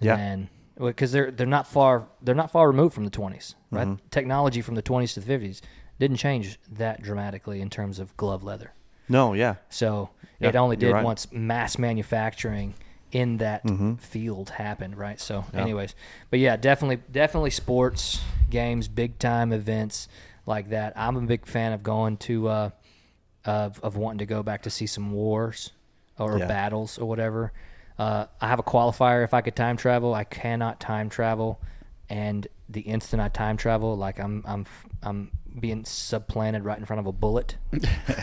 E: Yeah.
B: than- because they're they're not far they're not far removed from the 20s, right? Technology from the 20s to the 50s didn't change that dramatically in terms of glove leather.
E: no, yeah.
B: So
E: Yeah,
B: it only
E: you're
B: did
E: right. Mm-hmm.
B: once mass manufacturing in that field happened, right? So, anyways, but yeah, definitely, definitely sports, games, big time events like that. I'm a big fan of going to, uh, of, of wanting to go back to see some wars or
E: Yeah.
B: battles or whatever. Uh, I have a qualifier if I could time travel. I cannot time travel, and the instant I time travel, like I'm, I'm, I'm being supplanted right in front of a bullet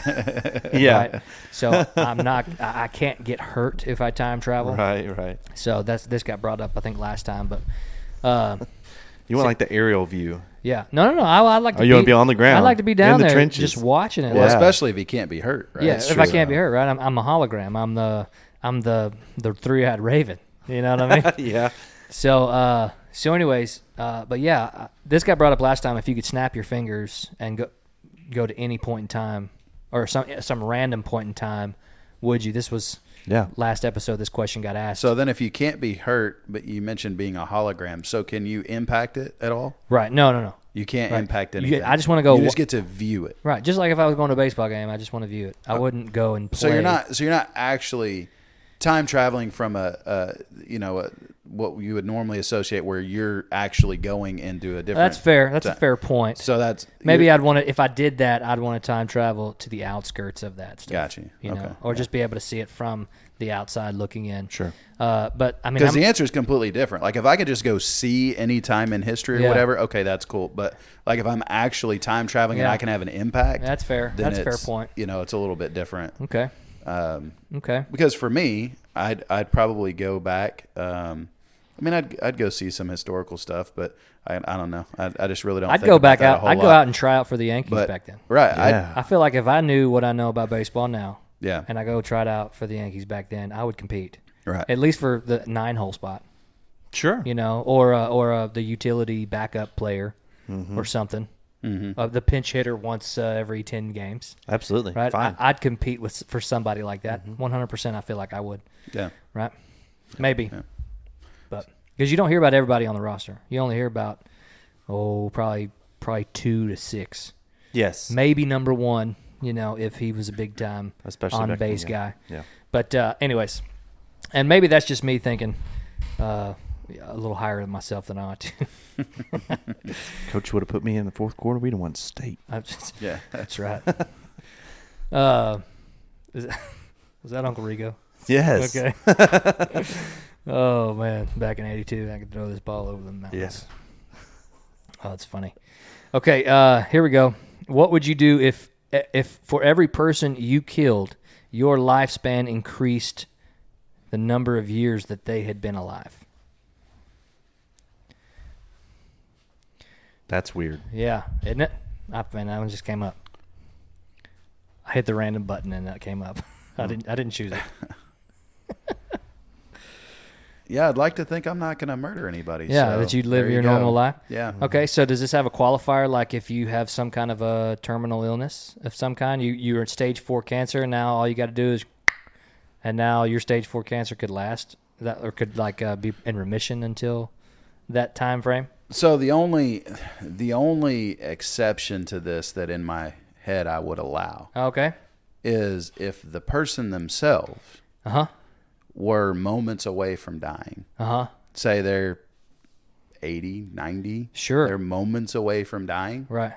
E: Yeah.
B: right? So I'm not, I I can't get hurt if I time travel.
E: Right, right.
B: So that's this got brought up, I think, last time. But uh,
E: You want like the aerial view.
B: yeah, no, no, no. I, I like.
E: Oh, you wanna be on the ground,
B: I like to be
E: in
B: down
E: the
B: there,
E: trenches.
B: just watching it.
E: Yeah.
F: Well, especially if he can't be hurt. Right?
B: Yeah,
F: That's
B: if I
F: true.
B: can't be hurt, right? I'm, I'm a hologram. I'm the, I'm the, the three-eyed raven. You know what I mean?
E: Yeah.
B: So, uh, so anyways, uh, but yeah, uh, this got brought up last time. If you could snap your fingers and go, go to any point in time, or some some random point in time, would you? This was
E: Yeah.
B: last episode. This question got asked.
F: So then, if you can't be hurt, but you mentioned being a hologram, so can you impact it at all?
B: right? No, no, no.
F: You can't
B: Right.
F: impact
B: You
F: anything.
B: get- I just wanna go
F: You just
B: wa-
F: get to view it.
B: Right, just like if I was going to a baseball game, I just want to view it.
F: Uh,
B: I wouldn't go and play.
F: So you're not. So you're not actually time traveling from a, a you know a, what you would normally associate where you're actually going into a different.
B: That's fair. That's a
F: time.
B: fair point.
F: So that's
B: Maybe
F: you're-
B: I'd want to, if I did that, I'd want to time travel to the outskirts of that stuff.
F: Gotcha.
B: You
F: Okay.
B: know, or just be able to see it from the outside looking in.
F: Sure.
B: Uh, but I mean,
F: Because
B: I'm,
F: the answer is completely different. Like if I could just go see any time in history or
B: Yeah.
F: whatever, okay, that's cool. But like if I'm actually time traveling and
B: Yeah.
F: I can have an impact,
B: That's fair.
F: then
B: That's a fair
F: it's, Um,
B: point. Mm.
F: You know, it's a little bit different.
B: okay. okay.
F: Because for me, I'd I'd probably go back. Um, I mean, I'd I'd go see some historical stuff, but I I don't know. I, I just really don't.
B: I'd
F: think
B: go
F: about
B: back
F: that a
B: out.
F: whole
B: I'd go
F: lot.
B: out and try out for the Yankees
F: but,
B: back then.
F: Right.
E: Yeah.
F: Yeah.
B: I feel like if I knew what I know about baseball now,
F: Yeah.
B: and I go tried out for the Yankees back then, I would compete.
F: Right.
B: At least for the nine hole spot,
E: Sure.
B: you know, or uh, or uh, the utility backup player
E: Mm-hmm.
B: or something. Uh, the pinch hitter once uh, every ten games,
E: Absolutely.
B: right?
E: Fine. Mm-hmm.
B: I, I'd compete with for somebody like that. One hundred percent, I feel like I would,
F: yeah.
B: right? Maybe, but because you don't hear about everybody on the roster, you only hear about oh, probably probably two to six
E: yes.
B: maybe number one. You know, if he was a big time
E: Especially
B: on
E: back then,
B: base
E: yeah.
B: guy.
E: Yeah.
B: But uh, anyways, and maybe that's just me thinking uh, a little higher than myself than I ought to.
E: Coach would have put me in the fourth quarter. We'd have won state.
B: I'm just-
F: Yeah.
B: that's right. uh, is, was that Uncle Rigo?
E: Yes.
B: Okay. oh man, back in '82, I could throw this ball over the mountains.
E: Yes.
B: Oh, that's funny. Okay, uh, here we go. What would you do if e, if for every person you killed, your lifespan increased the number of years that they had been alive?
E: That's weird.
B: Yeah, isn't it? I man, that one just came up. I hit the random button and that came up. I didn't. I didn't choose it.
F: Yeah. I'd like to think I'm not going to murder anybody.
B: Yeah,
F: so
B: that you'd live
F: there you
B: your
F: go.
B: normal life.
F: Yeah. Mm-hmm.
B: Okay, so does this have a qualifier? Like if you have some kind of a terminal illness of some kind, you you're in stage four cancer, and now all you got to do is, and now your stage four cancer could last that or could like uh, be in remission until that time frame.
F: So the only the only exception to this that in my head I would allow
B: Okay.
F: is if the person themselves
B: Uh huh.
F: were moments away from dying.
B: Uh huh.
F: Say they're 80, 90.
B: Sure.
F: They're moments away from dying.
B: Right.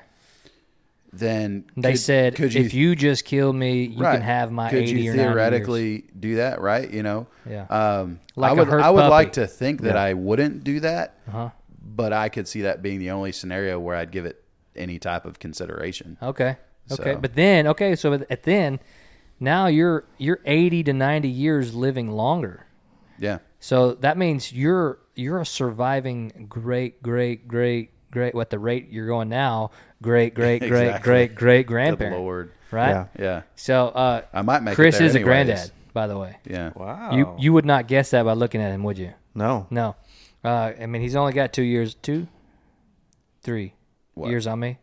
F: Then
B: They
F: could-
B: said
F: could
B: if you just kill me, you
F: right.
B: can have my
F: could
B: eighty
F: you
B: or 90 years."
F: theoretically do that, right? You know?
B: Yeah.
F: Um,
B: Like
F: I
B: a
F: would,
B: hurt
F: I would like
B: puppy. Uh-huh.
F: to think that I wouldn't do that, but I could see that being the only scenario where I'd give it any type of consideration.
B: Okay. Okay.
F: So-
B: But then, okay, so at- at then, now you're you're eighty to ninety years living longer.
F: Yeah.
B: So that means you're you're a surviving great great great great what the rate you're going now great great great
F: Exactly.
B: great great
F: Good
B: grandparent
F: Lord.
B: right
E: Yeah.
F: Yeah.
B: so uh,
F: I might make it
B: Chris
F: there
B: is a
F: anyways.
B: granddad by the way
F: Yeah.
E: Wow.
B: you you would not guess that by looking at him would you
E: no.
B: no uh, I mean he's only got two years two three
F: What?
B: years on me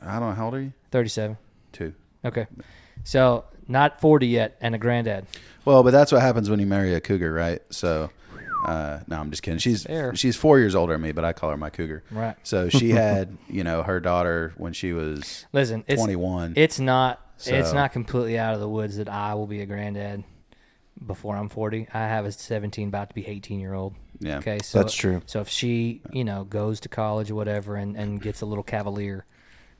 F: I don't know. How old are you?
B: thirty seven
F: Two.
B: okay so not forty yet and a granddad
F: Well, but that's what happens when you marry a cougar, right? So, uh, no, I'm just kidding. She's
B: Fair.
F: she's four years older than me, but I call her my cougar.
B: Right.
F: So she had you know her daughter when she was
B: listen it's
F: 21.
B: It's not. It's
F: So-
B: not completely out of the woods that I will be a granddad before I'm 40. I have a 17, about to be 18 year old.
F: Yeah.
B: Okay. So
E: That's true.
B: So if she, you know, goes to college or whatever, and and gets a little cavalier,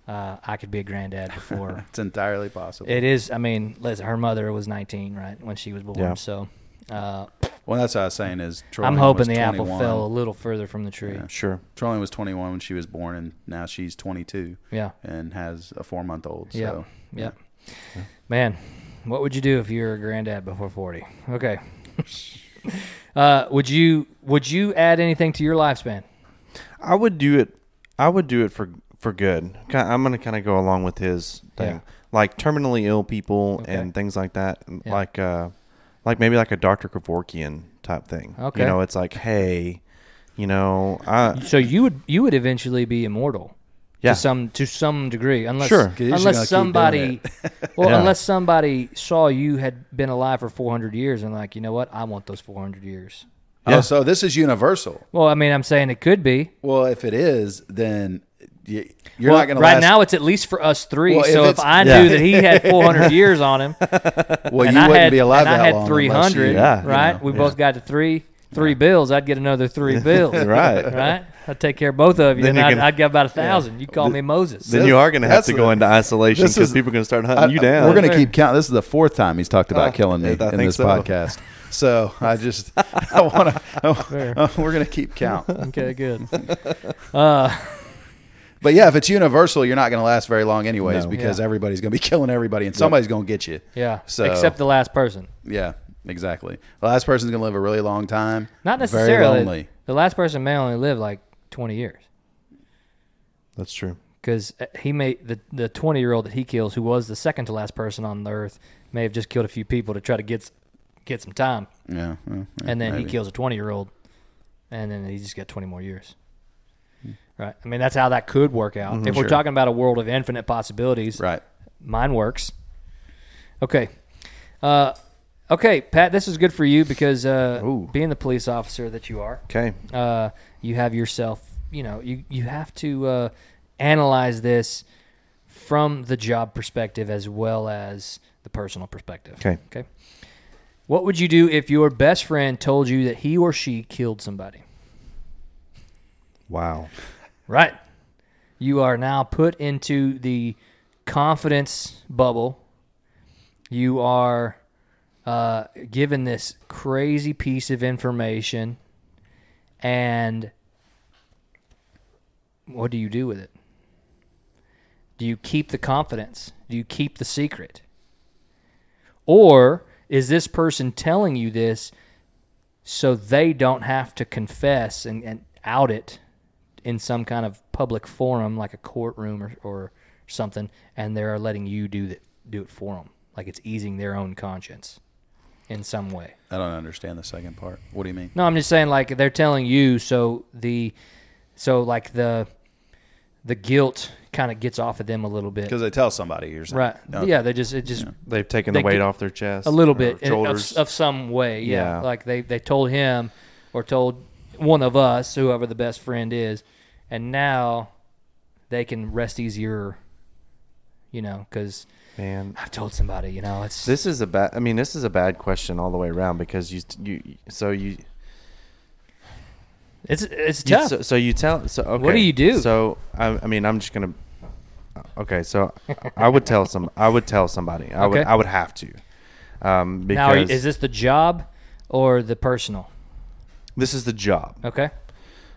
B: uh, I could be a granddad before.
F: It's entirely possible.
B: it is. I mean, listen, her mother was 19, right, when she was born.
E: Yeah.
B: So. Uh,
F: well, that's what I was saying is Troy
B: I'm hoping
F: was
B: the
F: 21.
B: apple fell a little further from the tree.
E: Sure.
F: Trolling was 21 when she was born, and now she's 22.
B: Yeah.
F: And has a four month old.
B: Yeah.
F: So
B: yeah. Man, what would you do if you were a granddad before 40? Okay. uh, would you would you add anything to your lifespan?
E: I would do it. I would do it for for good. Ki- I'm gonna kind of go along with his thing,
B: Yeah.
E: like terminally ill people
B: Okay.
E: and things like that, and
B: Yeah.
E: like uh, like maybe like a Doctor Kevorkian type thing.
B: Okay.
E: you know, it's like, hey, you know, I
B: So you would you would eventually be immortal.
E: Yeah.
B: To some to some degree, unless
E: Sure.
F: 'Cause you're just
B: unless
F: gonna keep
B: somebody,
F: doing
B: well,
E: Yeah.
B: unless somebody saw you had been alive for 400 years and like, you know what, I want those 400 years.
F: oh, so this is universal.
B: Well, I mean, I'm saying it could be.
F: Well, if it is, then y- you're
B: Well,
F: not going to
B: right
F: last.
B: now, it's at least for us three.
F: Well, if
B: so if
F: it's-
B: I
E: Yeah.
B: knew that he had 400 years on him,
F: well,
B: and
F: you
B: I
F: wouldn't
B: had,
F: be alive
B: and
F: that
B: I had
F: long unless you-
B: 300,
E: Yeah.
B: right?
E: you know,
B: we both got to three. three bills, I'd get another three bills.
E: Right.
B: Right? I'd take care of both of you,
E: Then
B: and
E: you
B: I'd,
E: can-
B: I'd get about a thousand. You call me Moses.
E: Then you are going to have
F: That's
E: to go
F: a-
E: into isolation
F: this
E: because
F: is-
E: people are going to start hunting you
F: I-
E: down.
F: We're going to keep count. This is the fourth time he's talked about
B: Oh.
E: Uh,
F: killing me
E: I
F: in
E: think
F: this
E: so.
F: podcast. So I just, I want to. We're going to keep count.
B: okay, good.
F: But yeah, if it's universal, you're not going to last very long, anyways, because everybody's going to be killing everybody, and somebody's going to get you.
B: Yeah.
F: So
B: Except the last person.
F: yeah, exactly. The last person's going to live a really long time.
B: Not
F: Very
B: necessarily.
F: lonely.
B: The last person may only live like 20 years
E: That's true.
B: because he may the the 20 year old that he kills, who was the second to last person on the earth, may have just killed a few people to try to get s- get some time,
F: Yeah. well, yeah,
B: and then
F: maybe.
B: he kills a 20 year old, and then he just got 20 more years. Right. I mean, that's how that could work out. if we're talking about a world of infinite possibilities,
F: Right.
B: Mine works. Okay. Uh, okay, Pat, this is good for you because uh, being the police officer that you are,
E: Okay.
B: uh, you have yourself, you know, you, you have to uh, analyze this from the job perspective as well as the personal perspective.
E: Okay.
B: Okay. What would you do if your best friend told you that he or she killed somebody?
E: Wow.
B: Right. You are now put into the confidence bubble. You are uh, given this crazy piece of information, and what do you do with it? Do you keep the confidence? Do you keep the secret? Or is this person telling you this so they don't have to confess and, and out it in some kind of public forum, like a courtroom or, or something, and they're letting you do that, do it for them. Like it's easing their own conscience in some way.
F: I don't understand the second part. What do you mean?
B: No, I'm just saying like they're telling you, so the so like the the guilt kind of gets off of them a little bit,
F: Because they tell somebody you're saying.
B: right?
F: No.
B: Yeah, they just it just
E: They've taken
B: They
E: the weight
B: get-
E: off their chest.
B: a little
E: or
B: bit in- of,
E: Shoulders.
B: of some way yeah.
E: Yeah.
B: like they they told him or told one of us whoever the best friend is and now they can rest easier you know because
E: Man,
B: i've told somebody you know it's
E: this is a bad. I mean, this is a bad question all the way around because you you so you
B: it's it's
E: You-
B: tough
E: So, so you tell. So okay.
B: do you do?
E: So I, I mean, I'm just gonna. Okay, so I would tell some. I would tell somebody. I would.
B: Okay.
E: I would have to. Um, because
B: now are you- is this the job or the personal
E: this is the job.
B: okay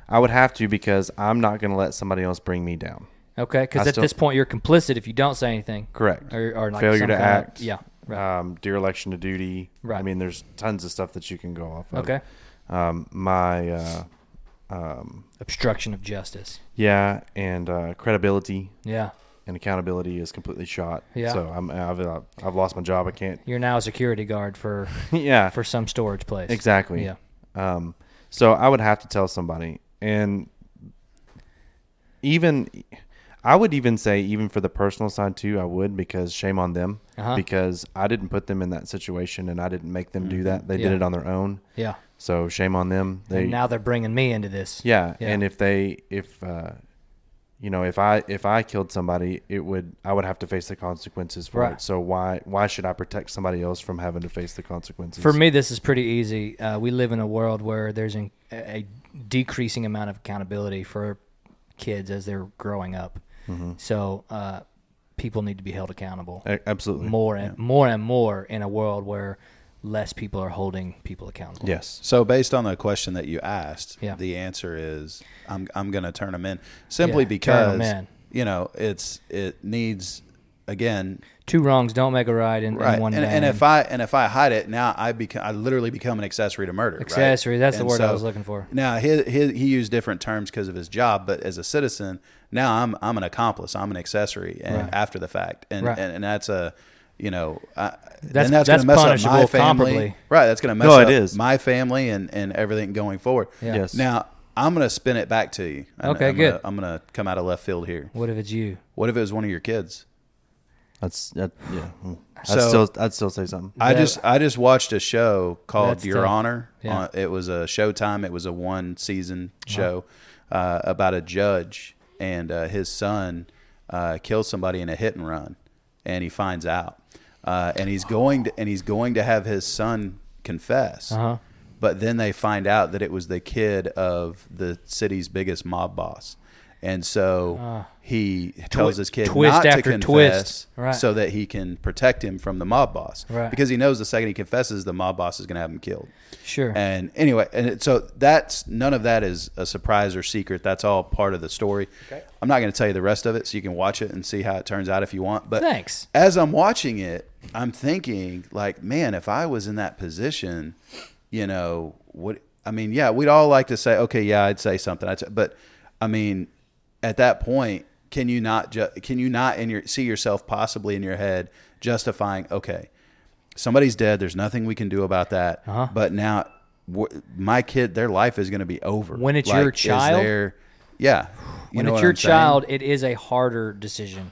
E: I would have to because I'm not gonna let somebody else bring me down.
B: okay
E: I
B: because at
E: still-
B: this point you're complicit if you don't say anything
E: Correct.
B: or, or like
E: Failure
B: some
E: to
B: kind of-
E: act.
B: yeah right.
E: Um, dear election to duty. I
B: Right.
E: mean, there's tons of stuff that you can go off. Of.
B: okay
E: Um, my. Uh, um,
B: obstruction of justice
E: yeah, and uh, credibility
B: yeah
E: and accountability is completely shot.
B: Yeah.
E: So I'm. I've. uh, I've lost my job. I can't.
B: you're now a security guard for
E: yeah.
B: for some storage place
E: Exactly.
B: Yeah.
E: Um, so I would have to tell somebody, and even I would even say, even for the personal side too, I would because shame on them
B: Uh-huh.
E: because I didn't put them in that situation and I didn't make them do that. They
B: Mm-hmm. Yeah.
E: did it on their own.
B: Yeah.
E: So shame on them. They
B: and now they're bringing me into this.
E: yeah,
B: Yeah.
E: and if they if uh, you know if I if I killed somebody, it would I would have to face the consequences for
B: Right.
E: it. So why why should I protect somebody else from having to face the consequences?
B: For me, this is pretty easy. Uh, we live in a world where there's an, a decreasing amount of accountability for kids as they're growing up.
F: Mm-hmm.
B: So uh, people need to be held accountable
E: A- absolutely.
B: more and more and more in a world where less people are holding people accountable.
E: Yes.
F: So based on the question that you asked,
B: Yeah.
F: the answer is I'm I'm going to turn them in simply
B: Yeah, turn 'em
F: because
B: in.
F: you know it's it needs again
B: Two wrongs don't make a right in, in
F: right
B: one
F: and,
B: man.
F: and if I and if I hide it now I become I literally become an accessory to murder right?
B: Accessory, that's the
F: And
B: word I was looking for.
F: now he, he he used different terms because of his job but as a citizen now I'm I'm an accomplice I'm an accessory and after the fact and,
B: Right.
F: and and that's a you know I,
B: That's-
F: that's, that's,
B: that's
F: going to mess up
B: punishable
F: my family
B: comparably.
F: right that's going to mess
E: No, it
F: up
E: is.
F: my family and and everything going forward
E: Yes.
F: now I'm going to spin it back to you. And
B: Okay,
F: I'm gonna-
B: good.
F: I'm going to come out of left field here.
B: what if it's you?
F: What if it was one of your kids?
E: That's that, yeah. Mm. I'd
F: So-
E: still I'd still say something.
F: I
B: That-
F: just I just watched a show called
B: That's
F: Your
B: tough.
F: Honor.
B: Yeah. Uh-huh.
F: Uh, it was a Showtime. It was a one season show uh, about a judge and uh, his son uh, kills somebody in a hit and run, and he finds
B: Uh-huh.
F: out, uh, and he's going to and he's going to have his son confess, But then they find out that it was the kid of the city's biggest mob boss. And so he tells his kid
B: Ah. twist
F: not
B: after
F: to
B: twist.
F: confess
B: Right.
F: so that he can protect him from the mob boss.
B: Right.
F: Because he knows the second he confesses, the mob boss is going to have him killed.
B: Sure.
F: And anyway, and it, so that's none of that is a surprise or secret. That's all part of the story. I'm not going to tell you the rest of it, so you can watch it and see how it turns out if you want. But
B: Thanks.
F: As I'm watching it, I'm thinking like, man, if I was in that position, you know, what I mean? Yeah, we'd all like to say, okay, yeah, I'd say something. I'd say, but I mean, at that point, can you not ju- can you not in your see yourself possibly in your head justifying? Okay, somebody's dead. There's nothing we can do about that.
B: Uh-huh.
F: But now, w- my kid, their life is going to be over
B: When it's your
F: is
B: child?
F: there- yeah. You
B: when
F: know
B: it's
F: what
B: your
F: I'm saying?
B: child, it is a harder decision.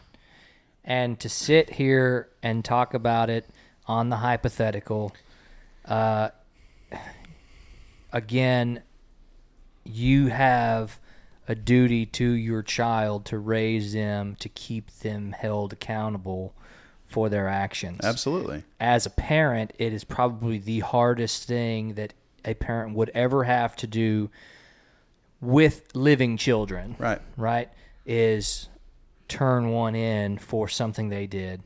B: And to sit here and talk about it on the hypothetical, uh, again, you have a duty to your child to raise them, to keep them held accountable for their actions.
F: Absolutely.
B: as a parent, it is probably the hardest thing that a parent would ever have to do with living children.
F: Right.
B: Right. Is turn one in for something they did.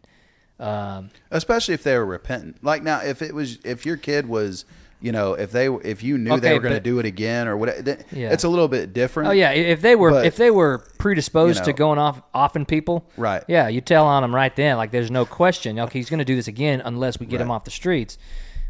F: Especially if they were repentant. Like now, if it was, if your kid was, you know, if they, if you knew
B: Okay,
F: they were going to
B: but-
F: do it again or whatever, then
B: Yeah.
F: it's a little bit different.
B: Oh yeah, i- if they were
F: But,
B: if they were predisposed
F: you
B: to
F: know.
B: going off offing people,
F: Right.
B: Yeah, you tell on them right then. Like there's no question. Okay, he's going to do this again unless we get him
F: Right.
B: off the streets.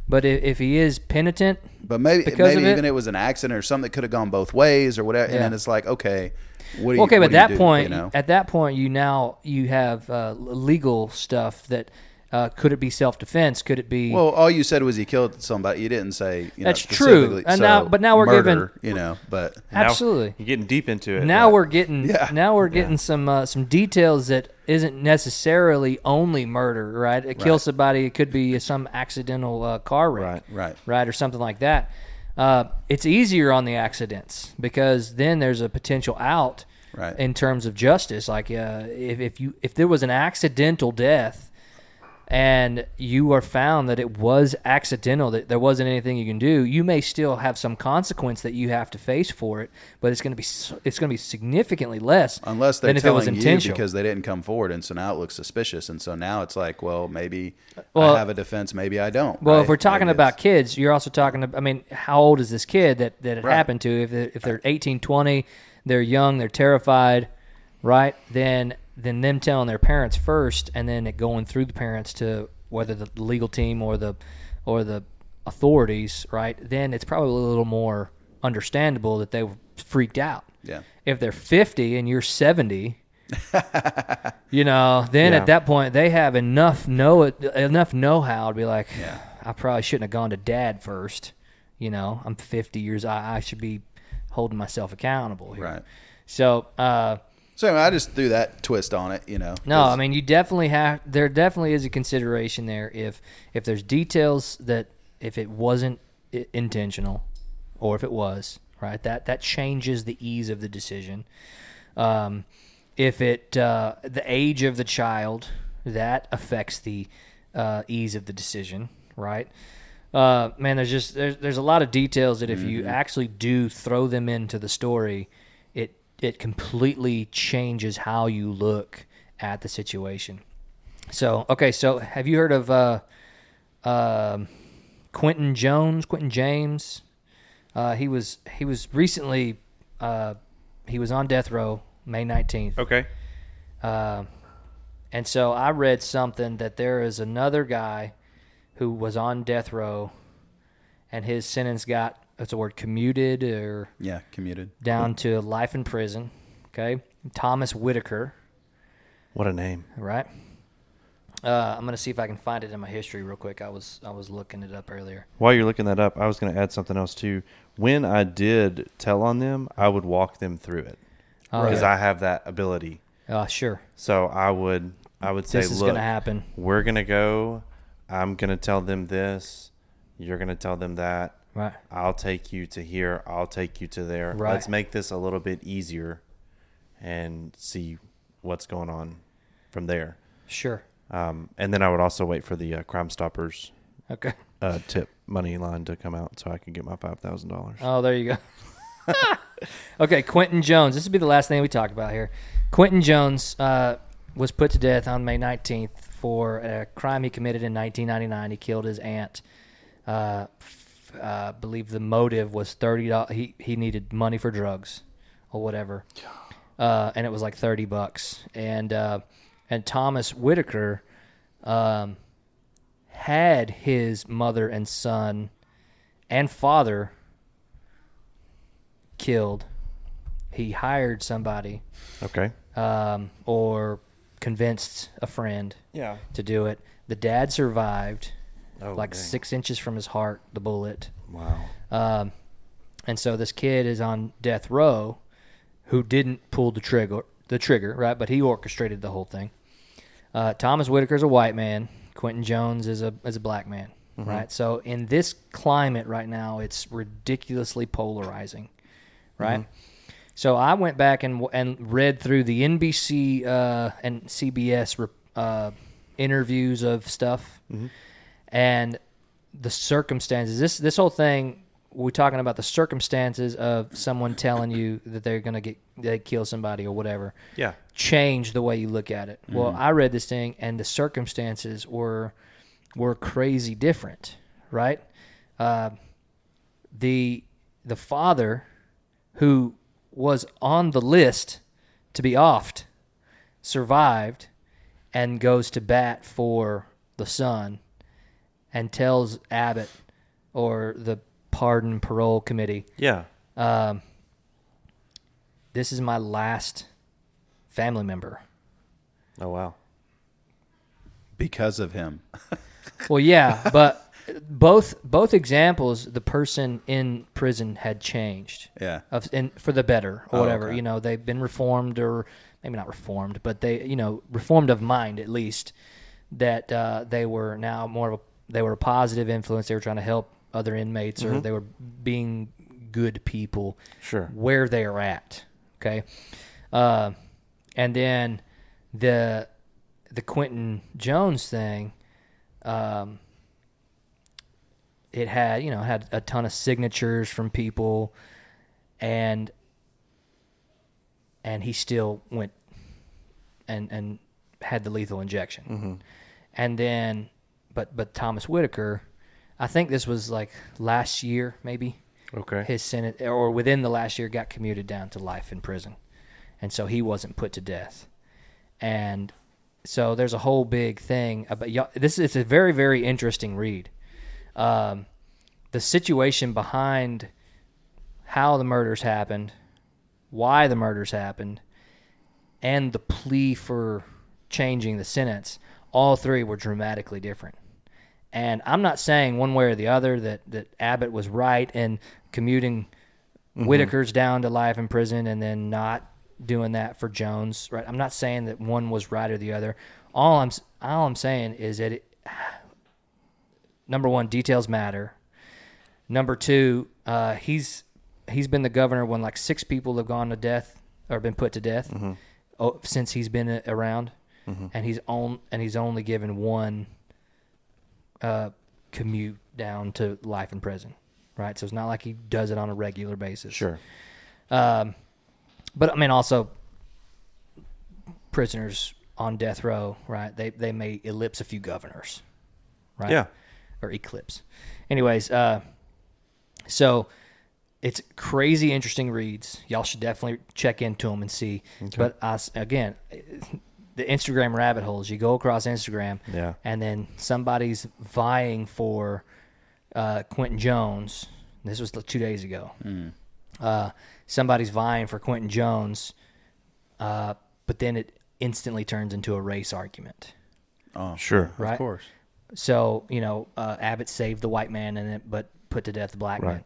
B: But i- if he is penitent,
F: But maybe,
B: because
F: maybe
B: of it-
F: even it was an accident or something that could have gone both ways or whatever. And
B: Yeah.
F: then it's like, okay, what do you,
B: okay,
F: what
B: but
F: do you
B: at that
F: do,
B: point,
F: you know?
B: at that point, you now you have uh, l- legal stuff that uh, could it be self defense? Could it be?
F: well, all you said was he killed somebody. You didn't say, you know,
B: That's true.
F: specifically-
B: And now-
F: so
B: but now we're
F: murder, you know, but
H: Now-
B: absolutely.
H: you're getting deep into it.
B: Now
H: like,
B: we're getting now we're getting some uh, some details that isn't necessarily only murder, right? It kills somebody. It could be some accidental uh, car wreck,
F: Right, right.
B: right, or something like that. Uh, it's easier on the accidents because then there's a potential out
F: Right.
B: in terms of justice. Like uh, if if you if there was an accidental death and you are found that it was accidental, that there wasn't anything you can do, you may still have some consequence that you have to face for it, but it's going to be s- it's going to be significantly less
F: Unless they're
B: than if it
F: telling
B: was intentional.
F: you because they didn't come forward, and so now it looks suspicious, and so now it's like, well, maybe
B: Well-
F: I have a defense, maybe I don't.
B: well,
F: right?
B: if we're talking
F: Maybe
B: about
F: it's-
B: kids, you're also talking. About, I mean, how old is this kid that that it
F: Right.
B: happened to? If they're, if they're 18, 20, they're young, they're terrified, right? Then then them telling their parents first, and then it going through the parents to whether the legal team or the or the authorities, right? Then it's probably a little more understandable that they were freaked out.
F: Yeah.
B: If they're 50 and you're 70, you know, then
H: Yeah.
B: at that point they have enough know enough know how to be like, I probably shouldn't have gone to dad first. You know, I'm 50 years. I, I should be holding myself accountable here.
F: Right.
B: So, uh,
F: So anyway, I just threw that twist on it, you know.
B: no,
F: 'cause-
B: I mean you definitely have. There definitely is a consideration there if if there's details that if it wasn't i- intentional or if it was right that that changes the ease of the decision. Um, if it uh, the age of the child that affects the uh, ease of the decision, right? Uh, man, there's just there's, there's a lot of details that if you actually do throw them into the story, it it completely changes how you look at the situation. So okay, so have you heard of uh, um Quentin Jones? Quentin James? Uh, he was he was recently uh, he was on death row May nineteenth. Uh,
H: okay.
B: And so I read something that there is another guy who was on death row and his sentence got, that's the word, commuted or
F: yeah, commuted.
B: down to life in prison. Okay. Thomas Whitaker,
H: What a name.
B: right? Uh, I'm gonna see if I can find it in my history real quick. I was I was looking it up earlier.
H: While you're looking that up, I was going to add something else too. When I did tell on them, I would walk them through it
B: Oh,
H: because I have that ability.
B: Uh, sure,
H: So I would, I would say,
B: this is
H: look,
B: gonna happen.
H: we're going to go. I'm going to tell them this. You're going to tell them that.
B: Right.
H: I'll take you to here. I'll take you to there.
B: Right.
H: Let's make this a little bit easier and see what's going on from there.
B: Sure.
H: Um, and then I would also wait for the uh, Crime Stoppers
B: Okay.
H: uh, tip money line to come out so I can get my five thousand dollars.
B: Oh, there you go. okay, Quentin Jones. This would be the last thing we talk about here. Quentin Jones uh, was put to death on May 19th for a crime he committed in 1999. He killed his aunt. Uh, f- uh, believe the motive was thirty dollars. He he needed money for drugs or whatever, uh, and it was like thirty bucks. And uh, and Thomas Whitaker um, had his mother and son and father killed. He hired somebody
H: Okay.
B: um, or convinced a friend
H: Yeah. Oh,
B: to do it. The dad survived, like
H: dang.
B: six inches from his heart, the bullet. Um,
H: Wow.
B: And so this kid is on death row, who didn't pull the trigger, the trigger, right? But he orchestrated the whole thing. Uh, Thomas Whitaker's a white man. Quentin Jones is a is a black man,
H: Mm-hmm.
B: right? So in this climate right now, it's ridiculously polarizing, right? So I went back and and read through the NBC uh, and CBS rep- uh, interviews of stuff, and the circumstances. This this whole thing we're talking about the circumstances of someone telling you that they're gonna get they kill somebody or whatever.
H: Yeah.
B: change the way you look at it. Well, I read this thing, and the circumstances were were crazy different, right? Uh, the the father who was on the list to be offed survived and goes to bat for the son and tells Abbott or the pardon parole committee,
H: Yeah.
B: this is my last family member.
H: Oh wow.
F: because of him.
B: Well, yeah, but both both examples, the person in prison had changed.
F: Yeah.
B: Of and for the better or whatever.
F: okay.
B: You know, they've been reformed or maybe not reformed, but they you know reformed of mind at least. That uh, they were now more of a they were a positive influence. They were trying to help other inmates or they were being good people.
H: Sure.
B: Where they are at. Okay. Uh, and then the the Quentin Jones thing um, it had you know had a ton of signatures from people and and he still went and and had the lethal injection and then but but thomas whitaker i think this was like last year maybe
H: Okay.
B: his sentence or within the last year got commuted down to life in prison and so he wasn't put to death and so there's a whole big thing about y'all, this is a very very interesting read um, the situation behind how the murders happened why the murders happened and the plea for changing the sentence all three were dramatically different and I'm not saying one way or the other that, that Abbott was right in commuting Whitaker's down to life in prison and then not doing that for Jones. Right? I'm not saying that one was right or the other. All I'm s- all I'm saying is that it, number one, details matter. Number two, uh, he's he's been the governor when like six people have gone to death or been put to death oh, since he's been a- around, and he's on and he's only given one uh, commute down to life in prison, right? So it's not like he does it on a regular basis.
H: Sure.
B: But I mean, also prisoners on death row, right? They they may ellipse a few governors, right?
H: Yeah.
B: or eclipse. Anyways, uh, so it's crazy interesting reads. Y'all should definitely check into them and see. But I s again, the Instagram rabbit holes. You go across Instagram,
H: Yeah.
B: and then somebody's vying for uh, Quentin Jones. This was like two days ago. Uh, somebody's vying for Quentin Jones, uh, but then it instantly turns into a race argument
H: Sure.
B: right? Of course. So you know, uh, Abbott saved the white man in it, but put to death the black man,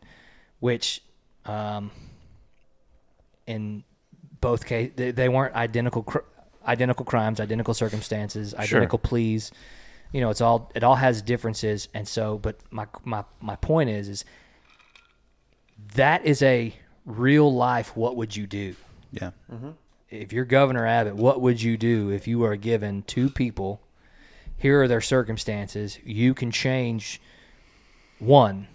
B: which, um, in both cases, they, they weren't identical, cr- identical crimes, identical circumstances, identical pleas. You know, it's all it all has differences, and so. But my my my point is, is that is a real life. What would you do?
F: Yeah.
B: if you're Governor Abbott, what would you do if you are given two people? Here are their circumstances. You can change one,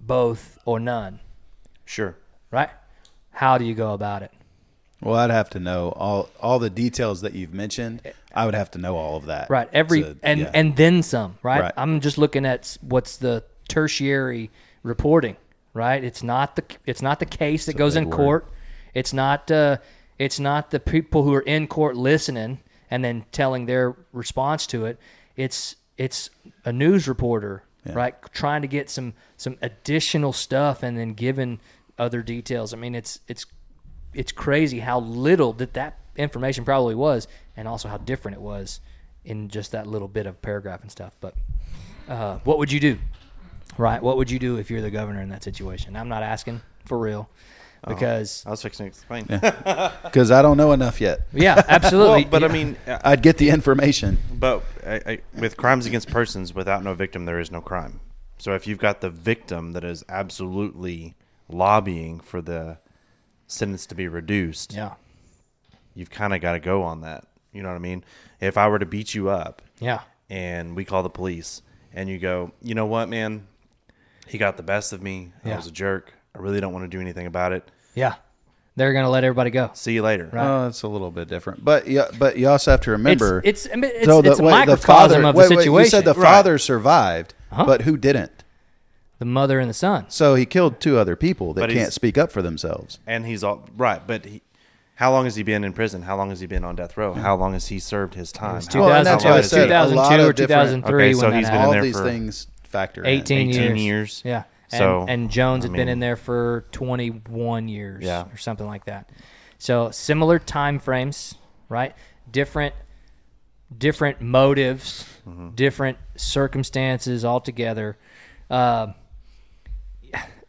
B: both, or none,
H: Sure.
B: right? How do you go about it?
F: Well, I'd have to know all all the details that you've mentioned. I would have to know all of that.
B: Right. Every
F: So,
B: and
F: yeah.
B: and then some. Right?
F: Right.
B: I'm just looking at s- what's the tertiary reporting. Right. It's not the it's not the case that goes in court. It's not uh, it's not the people who are in court listening and then telling their response to it. It's it's a news reporter right trying to get some some additional stuff and then giving other details. I mean, it's it's it's crazy how little that that information probably was, and also how different it was in just that little bit of paragraph and stuff. But uh, what would you do, right? What would you do if you're the governor in that situation? I'm not asking for real,
F: Oh.
B: because
H: I was fixing to explain.
F: because I don't know enough yet.
B: yeah, absolutely.
H: Well, but I
B: Yeah.
H: mean, uh,
F: I'd get the information.
H: but I, I, with crimes against persons, without no victim, there is no crime. So if you've got the victim that is absolutely lobbying for the sentence to be reduced,
B: yeah,
H: you've kind of got to go on that. You know what I mean? If I were to beat you up,
B: yeah,
H: and we call the police and you go, you know what, man? He got the best of me. I
B: Yeah.
H: was a jerk. I really don't want to do anything about it.
B: yeah. They're gonna let everybody go.
H: See you later.
F: Oh, it's a little bit different, but yeah, but you also have to remember
B: it's- I mean, it's-
F: So
B: it's a
F: wait,
B: microcosm of the
F: You
B: situation.
F: said the
B: Right. Uh-huh.
F: father survived, but who didn't?
B: The mother and the son.
F: So he killed two other people that
H: But he's-
F: can't speak up for themselves.
H: And he's all right, but he, how long has he been in prison? How long has he been on death row? How long has he served his time?
B: It's
H: How long
F: Oh, and
H: has
F: that's
H: he
F: why I
H: been
F: said
H: in
F: a lot
B: 2002 or
F: of different-
B: 2003
H: Okay, so
B: when that
H: he's been in
B: happened.
F: All
H: there
F: these
H: for
F: things factor
B: 18,
F: in.
H: 18
B: years.
H: years.
B: Yeah. And,
H: So,
B: and Jones had
H: I
B: been in
H: mean-
B: there for 21 years
H: Yeah.
B: or something like that. So similar time frames, right? Different different motives, different circumstances altogether. Uh,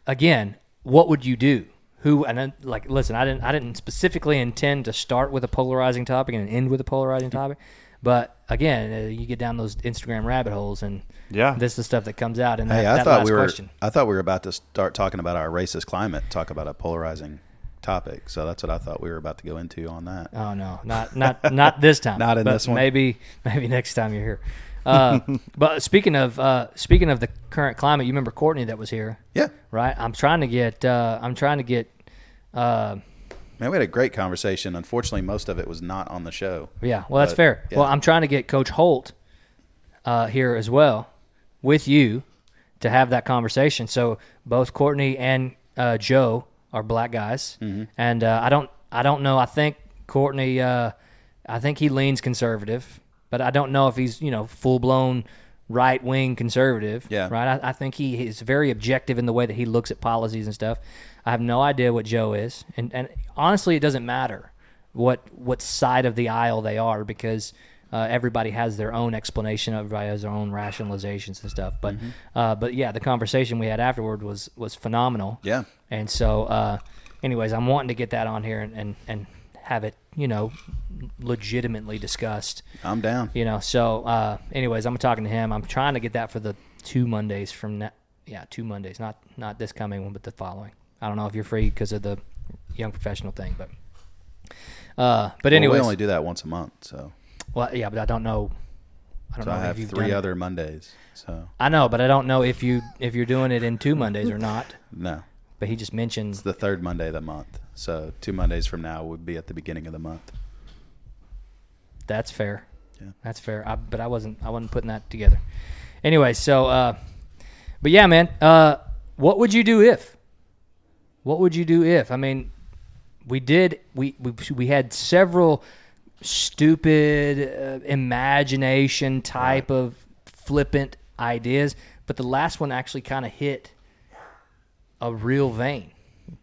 B: again, what would you do? Who and then, like listen, I didn't I didn't specifically intend to start with a polarizing topic and end with a polarizing topic, but again, uh, you get down those Instagram rabbit holes and
H: Yeah.
B: this is the stuff that comes out in that,
F: Hey, I
B: that
F: thought
B: last
F: we were.
B: question.
F: I thought we were about to start talking about our racist climate. Talk about a polarizing topic. So that's what I thought we were about to go into on that.
B: Oh no, not not not this time.
F: Not in
B: but
F: this one.
B: Maybe maybe next time you're here. Uh, but speaking of uh, speaking of the current climate, you remember Courtney that was here,
F: yeah,
B: right? I'm trying to get uh, I'm trying to get uh,
F: man, we had a great conversation. Unfortunately, most of it was not on the show.
B: Yeah, well, that's
F: But,
B: fair.
F: Uh, yeah.
B: Well, I'm trying to get Coach Holt uh, here as well with you to have that conversation. So both Courtney and uh, Joe are black guys,
F: Mm-hmm.
B: and uh, I don't, I don't know. I think Courtney, uh, I think he leans conservative, but I don't know if he's you know full blown right wing conservative.
F: Yeah.
B: right. I, I think he is very objective in the way that he looks at policies and stuff. I have no idea what Joe is, and and honestly, it doesn't matter what what side of the aisle they are because uh, everybody has their own explanation. Everybody has their own rationalizations and stuff. But uh, but yeah, the conversation we had afterward was was phenomenal.
F: Yeah.
B: And so, uh, anyways, I'm wanting to get that on here and and, and have it you know legitimately discussed.
F: I'm down.
B: You know, so uh, anyways, I'm talking to him. I'm trying to get that for the two Mondays from that. Yeah, two Mondays, not not this coming one, but the following. I don't know if you're free because of the young professional thing, but uh, but
F: Well,
B: anyways,
F: we only do that once a month, so.
B: well, yeah, but I don't know. I don't
F: So
B: know
F: I
B: if
F: have
B: you've
F: three
B: done it.
F: other Mondays. So
B: I know, but I don't know if you if you're doing it in two Mondays or not.
F: no,
B: But he just mentioned
F: it's the third Monday of the month. So two Mondays from now would be at the beginning of the month.
B: That's fair. That's fair. I, but I wasn't I wasn't putting that together. Anyway, so uh but yeah, man, uh what would you do if? What would you do if? I mean, we did we we we had several stupid uh, imagination type of flippant ideas, but the last one actually kind of hit a real vein,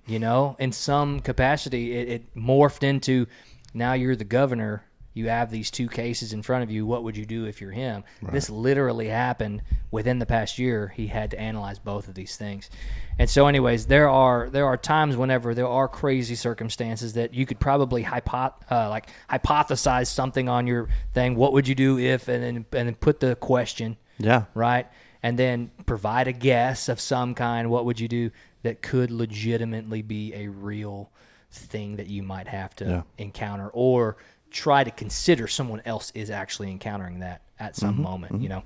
B: you know, in some capacity. It, it morphed into now you're the governor. You have these two cases in front of you. What would you do if you're him? This literally happened within the past year. He had to analyze both of these things, and so, anyways, there are there are times whenever there are crazy circumstances that you could probably hypo- uh, like hypothesize something on your thing. What would you do if? And then and then put the question
H: Yeah.
B: right? And then provide a guess of some kind. What would you do that could legitimately be a real thing that you might have to encounter or try to consider someone else is actually encountering that at some
F: Mm-hmm.
B: moment, you know.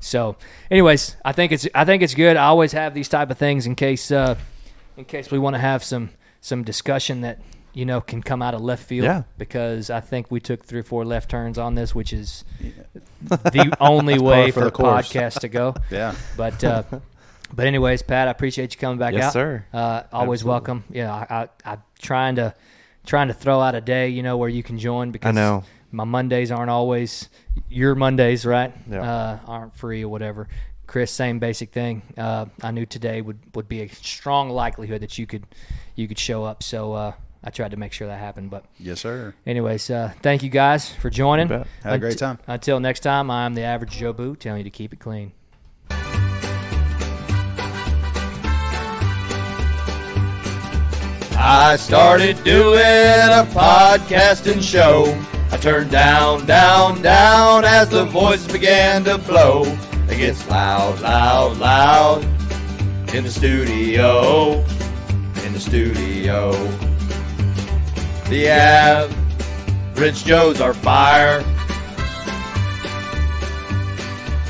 B: So, anyways, I think it's I think it's good. I always have these type of things in case uh, in case we want to have some some discussion that you know can come out of left field.
H: Yeah.
B: Because I think we took three or four left turns on this, which is the only way for
F: for the
B: a
F: course.
B: podcast to go.
F: Yeah.
B: But uh, but anyways, Pat, I appreciate you coming back
H: Yes,
B: out.
H: sir.
B: Uh, always welcome. Yeah, I, I I'm trying to trying to throw out a day, you know, where you can join because
H: know.
B: my Mondays aren't always your Mondays, right?
H: Yeah.
B: Uh, aren't free or whatever. Chris, same basic thing. Uh, I knew today would, would be a strong likelihood that you could you could show up, so uh, I tried to make sure that happened. But
F: Yes, sir.
B: anyways, uh, thank you guys for joining.
H: bet.
F: Had a great time.
B: Until next time, I'm the average Joe Boo telling you to keep it clean.
A: I started doing a podcasting show. I turned down, down, down as the voices began to flow. It gets loud, loud, loud in the studio, in the studio. The average Joes are fire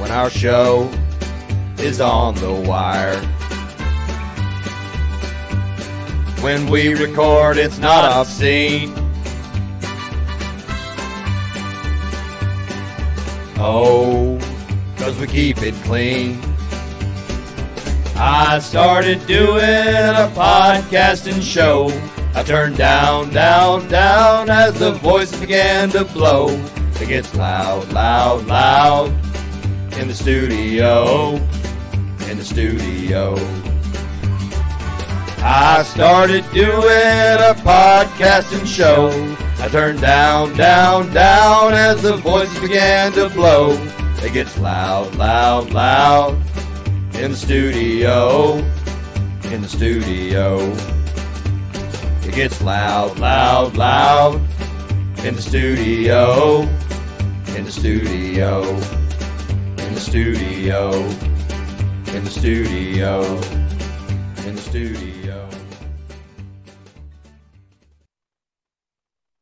A: when our show is on the wire. When we record, it's not obscene. Oh, cause we keep it clean. I started doing a podcasting show. I turned down, down, down as the voice began to blow. It gets loud, loud, loud in the studio, in the studio. I started doing a podcasting show. I turned down, down, down as the voices began to blow. It gets loud, loud, loud in the studio, in the studio. It gets loud, loud, loud in the studio, in the studio, in the studio, in the studio, in the studio.